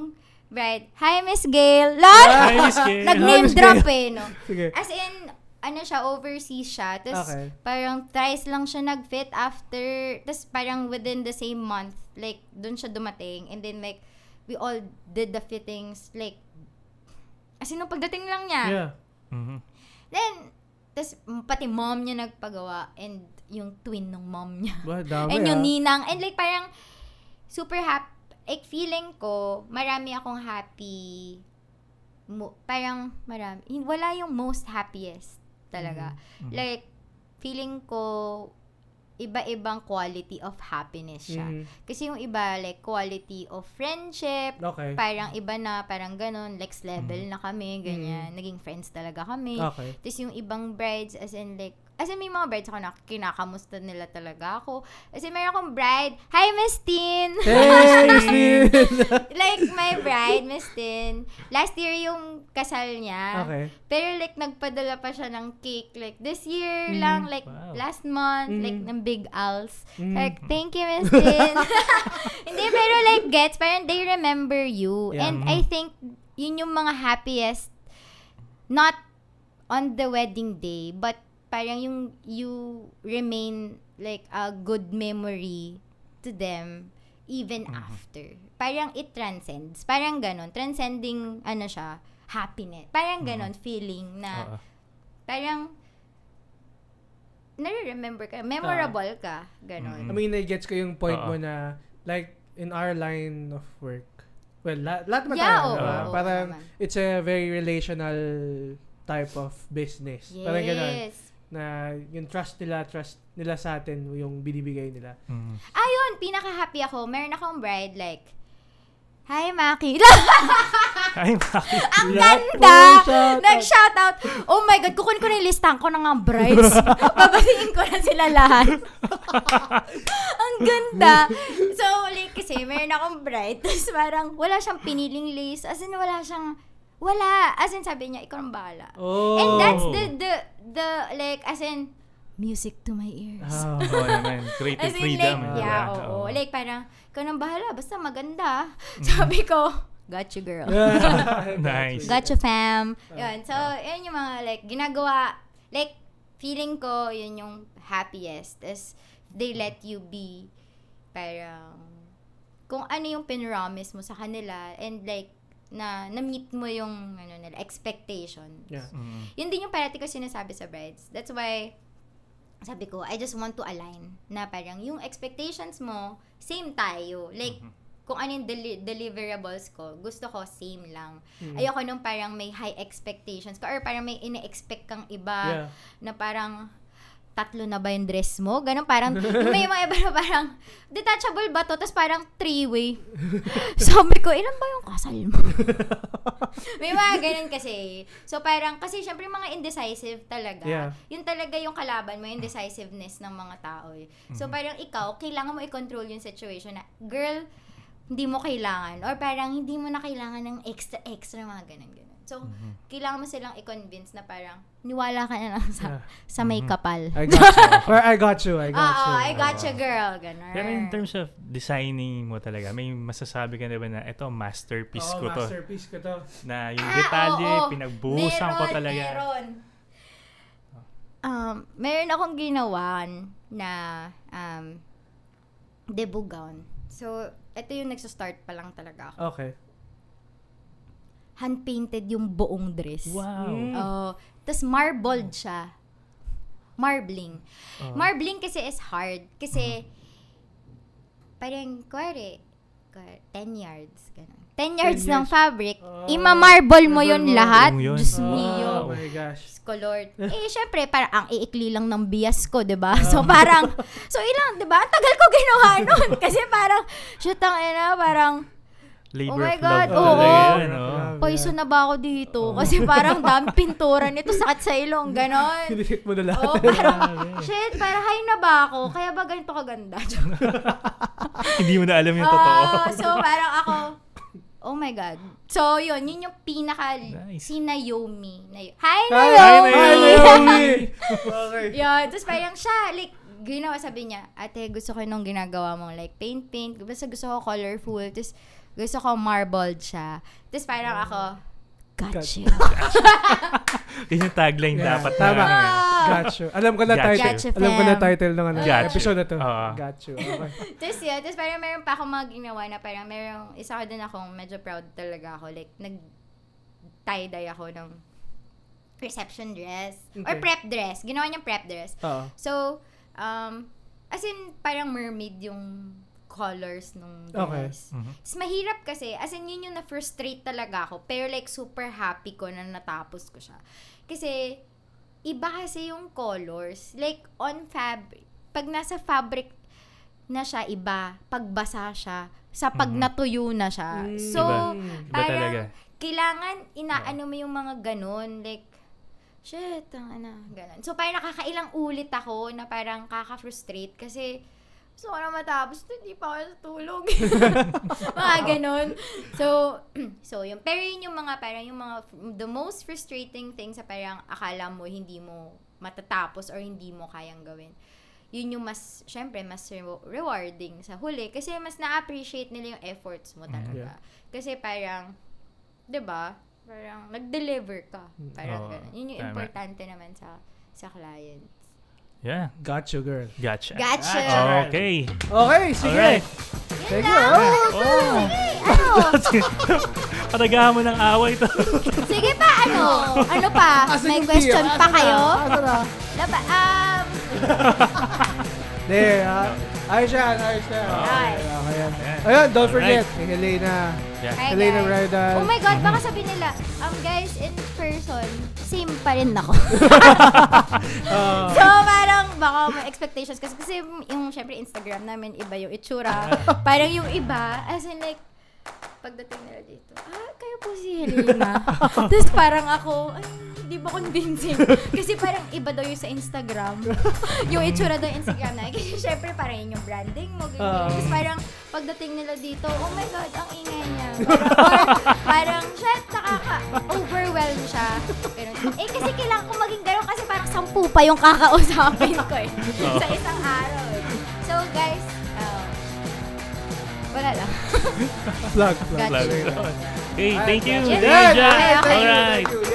S3: bride. Hi, Miss Gail. Lord!
S1: Hi, Miss Gail.
S2: Hi,
S3: Nag-name
S2: Miss
S3: drop eh, no?
S2: Sige.
S3: As in, ano siya, overseas siya. Tapos,
S2: Okay.
S3: parang thrice lang siya nag-fit after, tapos parang within the same month, like, dun siya dumating. And then, like, we all did the fittings, like, as in, nung pagdating lang niya.
S2: Yeah.
S1: Mhm.
S3: Then, tapos, pati mom niya nagpagawa and yung twin ng mom niya.
S2: Ba, dami
S3: and yung
S2: ah.
S3: ninang. And like, parang, super happy. Like, feeling ko, marami akong happy. Mo, parang, marami. hin- Wala yung most happiest talaga.
S1: Mhm.
S3: Like, feeling ko, iba-ibang quality of happiness siya.
S2: Mhm.
S3: Kasi yung iba, like, quality of friendship,
S2: Okay.
S3: parang iba na, parang ganun, next level na kami, ganyan. Naging friends talaga kami.
S2: Okay.
S3: Tapos yung ibang brides, as in like, as in may mga brides ako na kinakamusta nila talaga ako. As in meron akong bride, Hi Miss Tin!
S2: <laughs> Hey,
S1: <laughs>
S3: <laughs>
S2: Christine!
S3: like my bride, Miss Tin. Last year yung kasal niya.
S2: okay.
S3: Pero like nagpadala pa siya ng cake like this year
S2: Mm.
S3: lang, like
S1: Wow.
S3: last month,
S2: Mm.
S3: like ng Big Al's.
S2: Mm.
S3: Like, thank you, Miss
S2: <laughs>
S3: Tin. <laughs> Hindi, pero like gets, parang they remember you.
S2: Yeah.
S3: And I think yun yung mga happiest, not on the wedding day, but parang yung you remain like a good memory to them even
S2: Mm-hmm.
S3: after. Parang it transcends. Parang ganun. Transcending, ano siya, happiness. Parang ganun, feeling na
S1: Oo.
S3: parang nare-remember ka, memorable ka,
S2: I
S3: ganun.
S2: mean, nai-gets ko yung point
S1: Oo.
S2: mo na, like, in our line of work, well, la- lahat naman
S3: Yeah,
S2: tayo,
S3: oo,
S2: di ba?
S3: oo,
S2: Ah, Parang,
S3: naman.
S2: it's a very relational type of business. Parang ganun.
S3: Yes.
S2: Na yung trust nila, trust nila sa atin, yung binibigay nila.
S1: Mhm.
S3: Ayun, Ah, pinaka-happy ako. Meron akong bride, like, Hi, Maki. <laughs>
S1: Ay, bakit?
S3: Ang
S2: Lahat
S3: ganda!
S2: po, shoutout.
S3: Nag-shoutout. Oh my God, kukunin ko na yung listahan ko ng mga brides. Babatingin ko na sila lahat. Ang ganda. So, like, kasi meron akong bride. Tapos parang wala siyang piniling lace. As in, wala siyang... Wala. As in, sabi niya, ikaw ang bahala.
S2: Oh!
S3: And that's
S1: Oh.
S3: the, the, the, like, as in, music to my ears.
S2: Ah,
S1: Oo naman. Oh, Creative
S3: As in,
S1: freedom.
S3: like,
S1: eh,
S3: yeah,
S1: diba?
S3: oo. Like, parang, ikaw nang bahala, basta maganda. Sabi ko, gotcha girl. <laughs>
S1: Nice.
S3: Gotcha fam. Yun, so, yun yung mga, like, ginagawa, like, feeling ko, yun yung happiest, is they let you be, parang, kung ano yung pinromise mo sa kanila, and like, na, na-meet mo yung, ano nila, expectation.
S2: Yeah.
S1: Mhm.
S3: Yun din yung parati ko sinasabi sa brides. That's why, sabi ko, I just want to align na parang yung expectations mo, same tayo. Like, kung ano yung deli- deliverables ko, gusto ko same lang.
S2: Mm.
S3: Ayoko nung parang may high expectations ko or parang may ine-expect kang
S2: Yeah.
S3: iba na parang tatlo na ba yung dress mo? Ganon parang, yung may mga iba na parang, detachable ba to? Tapos parang three-way. Sabi ko, ilan ba yung kasal mo? may mga ganon kasi. So parang, kasi syempre mga indecisive talaga.
S2: Yeah.
S3: Yun talaga yung kalaban mo, yung decisiveness ng mga tao. eh.
S2: Mm-hmm.
S3: So parang ikaw, kailangan mo i-control yung situation na, girl, hindi mo kailangan. Or parang, hindi mo na kailangan ng extra-extra, mga ganon-ganon. So,
S2: Mm-hmm.
S3: kailangan mo silang i-convince na parang, niwala ka na lang
S2: Yeah.
S3: sa, sa may kapal.
S2: I got you.
S3: <laughs>
S2: Or I got you. I
S3: Oo,
S2: got you.
S3: I gotcha, girl. Ganun.
S1: Pero in terms of designing mo talaga, may masasabi ka na ba na ito masterpiece
S2: Oo,
S1: ko to?
S2: masterpiece ko to.
S1: Na yung
S3: Ah,
S1: detalye,
S3: oo, oo.
S1: pinagbuhusan ko
S3: Meron,
S1: talaga.
S3: Meron. Um, meron akong ginawan na um, debut gown. So, ito yung nagsustart pa lang talaga ako.
S2: Okay.
S3: Hand-painted yung buong dress.
S1: Wow.
S2: Mm.
S3: Oh, tas marbled siya. Marbling.
S1: Oh. Hmm.
S3: Marbling kasi is hard. Kasi, parang, kuwari, kuwari, 10 yards. Ganun. 10 yards ng
S2: yards.
S3: fabric,
S2: Oh.
S3: ima-marble mo yun
S2: Marble mo.
S3: lahat.
S1: Yung yun.
S3: Diyos
S1: Oh.
S3: mio.
S2: Oh my gosh.
S3: Diyos ko, Lord. Eh, syempre, parang ang iikli lang ng bias ko, di ba? So, parang, so ilang, di ba? Ang tagal ko ginawa nun. <laughs> Kasi parang, shoot ang ina, parang,
S1: Labor
S3: Oh my
S1: of love
S3: God,
S1: talaga
S3: oo.
S1: yun, no?
S2: Grabe.
S3: poison na ba ako dito? Kasi parang dami pintura nito, sakit sa ilong, ganon.
S2: Hinilit mo na lahat. <laughs>
S3: Oo, parang, shit, parang high na ba ako? Kaya ba ganito kaganda?
S1: Hindi mo na alam yung totoo. <laughs>
S3: Oo, Ah, so parang ako, oh my God. So, yun, yun yung pinaka,
S1: Nice.
S3: si Naomi. Nay- Hi,
S2: Hi,
S3: Naomi!
S2: Hi,
S1: <laughs>
S2: Naomi! okay.
S3: Yun, tapos parang siya, like, ginawa, sabi niya, ate, gusto ko nung ginagawa mong, like, paint, paint, basta gusto ko colorful, tapos gusto ko marbled siya. Tapos parang ako, got
S2: Got-
S3: you. <laughs>
S1: Yun yung tagline
S2: Yeah,
S1: dapat
S2: tama.
S1: na. ano,
S2: Got you. Alam ko na
S1: Got
S2: title.
S3: you.
S2: Alam ko na
S3: Fam.
S2: title ng ano,
S1: Got you.
S2: episode na to.
S1: Oo.
S2: Got you. Okay.
S3: Tapos yun, tapos parang meron pa akong mga ginawa na parang merong, isa ko din akong medyo proud talaga ako. Like, nag tie-dye ako ng reception dress. Or
S2: Okay.
S3: prep dress. Ginawa niyang prep dress.
S2: Oo.
S3: So, um, as in, parang mermaid yung colors nung
S2: Okay.
S3: dress.
S1: Mhm.
S3: Tapos mahirap kasi, as in yun yung na-frustrate talaga ako. Pero like, super happy ko na natapos ko siya. Kasi, iba kasi yung colors. Like, on fabric. Pag nasa fabric na siya, iba. Pag basa siya. Sa pag
S1: Mhm.
S3: natuyo na siya.
S2: Mm.
S3: So,
S1: eh. Iba
S3: parang
S1: talaga.
S3: kailangan inaano mo yung mga ganun. Like, shit, ang ana, ganun. So, parang nakakailang ulit ako na parang kaka-frustrate kasi gusto ko na matapos, hindi pa ako natulog. <laughs> mga ganun. So, <clears throat> so yun. Pero yun yung mga, parang yung mga, the most frustrating thing sa parang akala mo hindi mo matatapos or hindi mo kayang gawin. Yun yung mas, syempre, mas re- rewarding sa huli. Kasi mas na-appreciate nila yung efforts mo talaga. Kasi parang, 'di ba? Parang nag-deliver ka.
S1: Hmm. Oo,
S3: Parang ganun. Yun yung
S1: tama.
S3: importante naman sa sa client.
S1: Yeah.
S2: Got you, girl.
S1: Gotcha.
S3: Gotcha.
S1: Okay.
S2: Okay, sige.
S1: Alright.
S2: Thank you. ah.
S1: Oh. Patagahan mo ng away to. <laughs>
S3: Sige pa ano? Ano pa?
S1: Ah,
S2: Asan
S3: May
S2: yung
S3: question
S2: beer?
S3: pa
S2: Asan na?
S3: kayo?
S2: Asan na?
S3: Laba, um,
S2: There, ah. Ayos yan, ayos yan. Okay,
S3: Ayos.
S2: okay yan.
S1: Ayan.
S2: Ayun, don't
S1: Alright.
S2: forget, kay Helena.
S1: Yeah.
S3: Hi,
S2: Helena
S3: guys.
S2: Ryder.
S3: Oh my god,
S1: Mm-hmm.
S3: baka sabihin nila, um guys in person, same pa rin
S1: <laughs>
S3: ako.
S1: Oh.
S2: Ah.
S3: so parang baka may expectations kasi kasi yung syempre Instagram namin iba yung itsura.
S1: Ah.
S3: parang yung iba as in like pagdating nila dito, ah, kayo po si <laughs> Helena. Tapos parang ako, ay, hindi ba convincing? Kasi parang iba daw yung sa <laughs> Instagram. yung itsura daw yung Instagram na. Kasi syempre parang yun yung branding mo. ganyan.
S2: Oo.
S3: Tapos parang pagdating nila dito, oh my God, ang ingay niya. Parang, parang shit, nakaka-overwhelm siya. Pero, eh, kasi kailangan ko maging gano'n kasi parang sampu pa yung kakausapin ko <laughs> eh. sa isang araw eh. So guys, uh, wala lang. <laughs>
S2: Plug, plug.
S3: Gotcha.
S1: Hey, thank you. Thank
S3: Yes.
S1: you, Jack.
S2: Thank
S3: Yeah,
S2: you,
S1: Alright.
S2: thank you.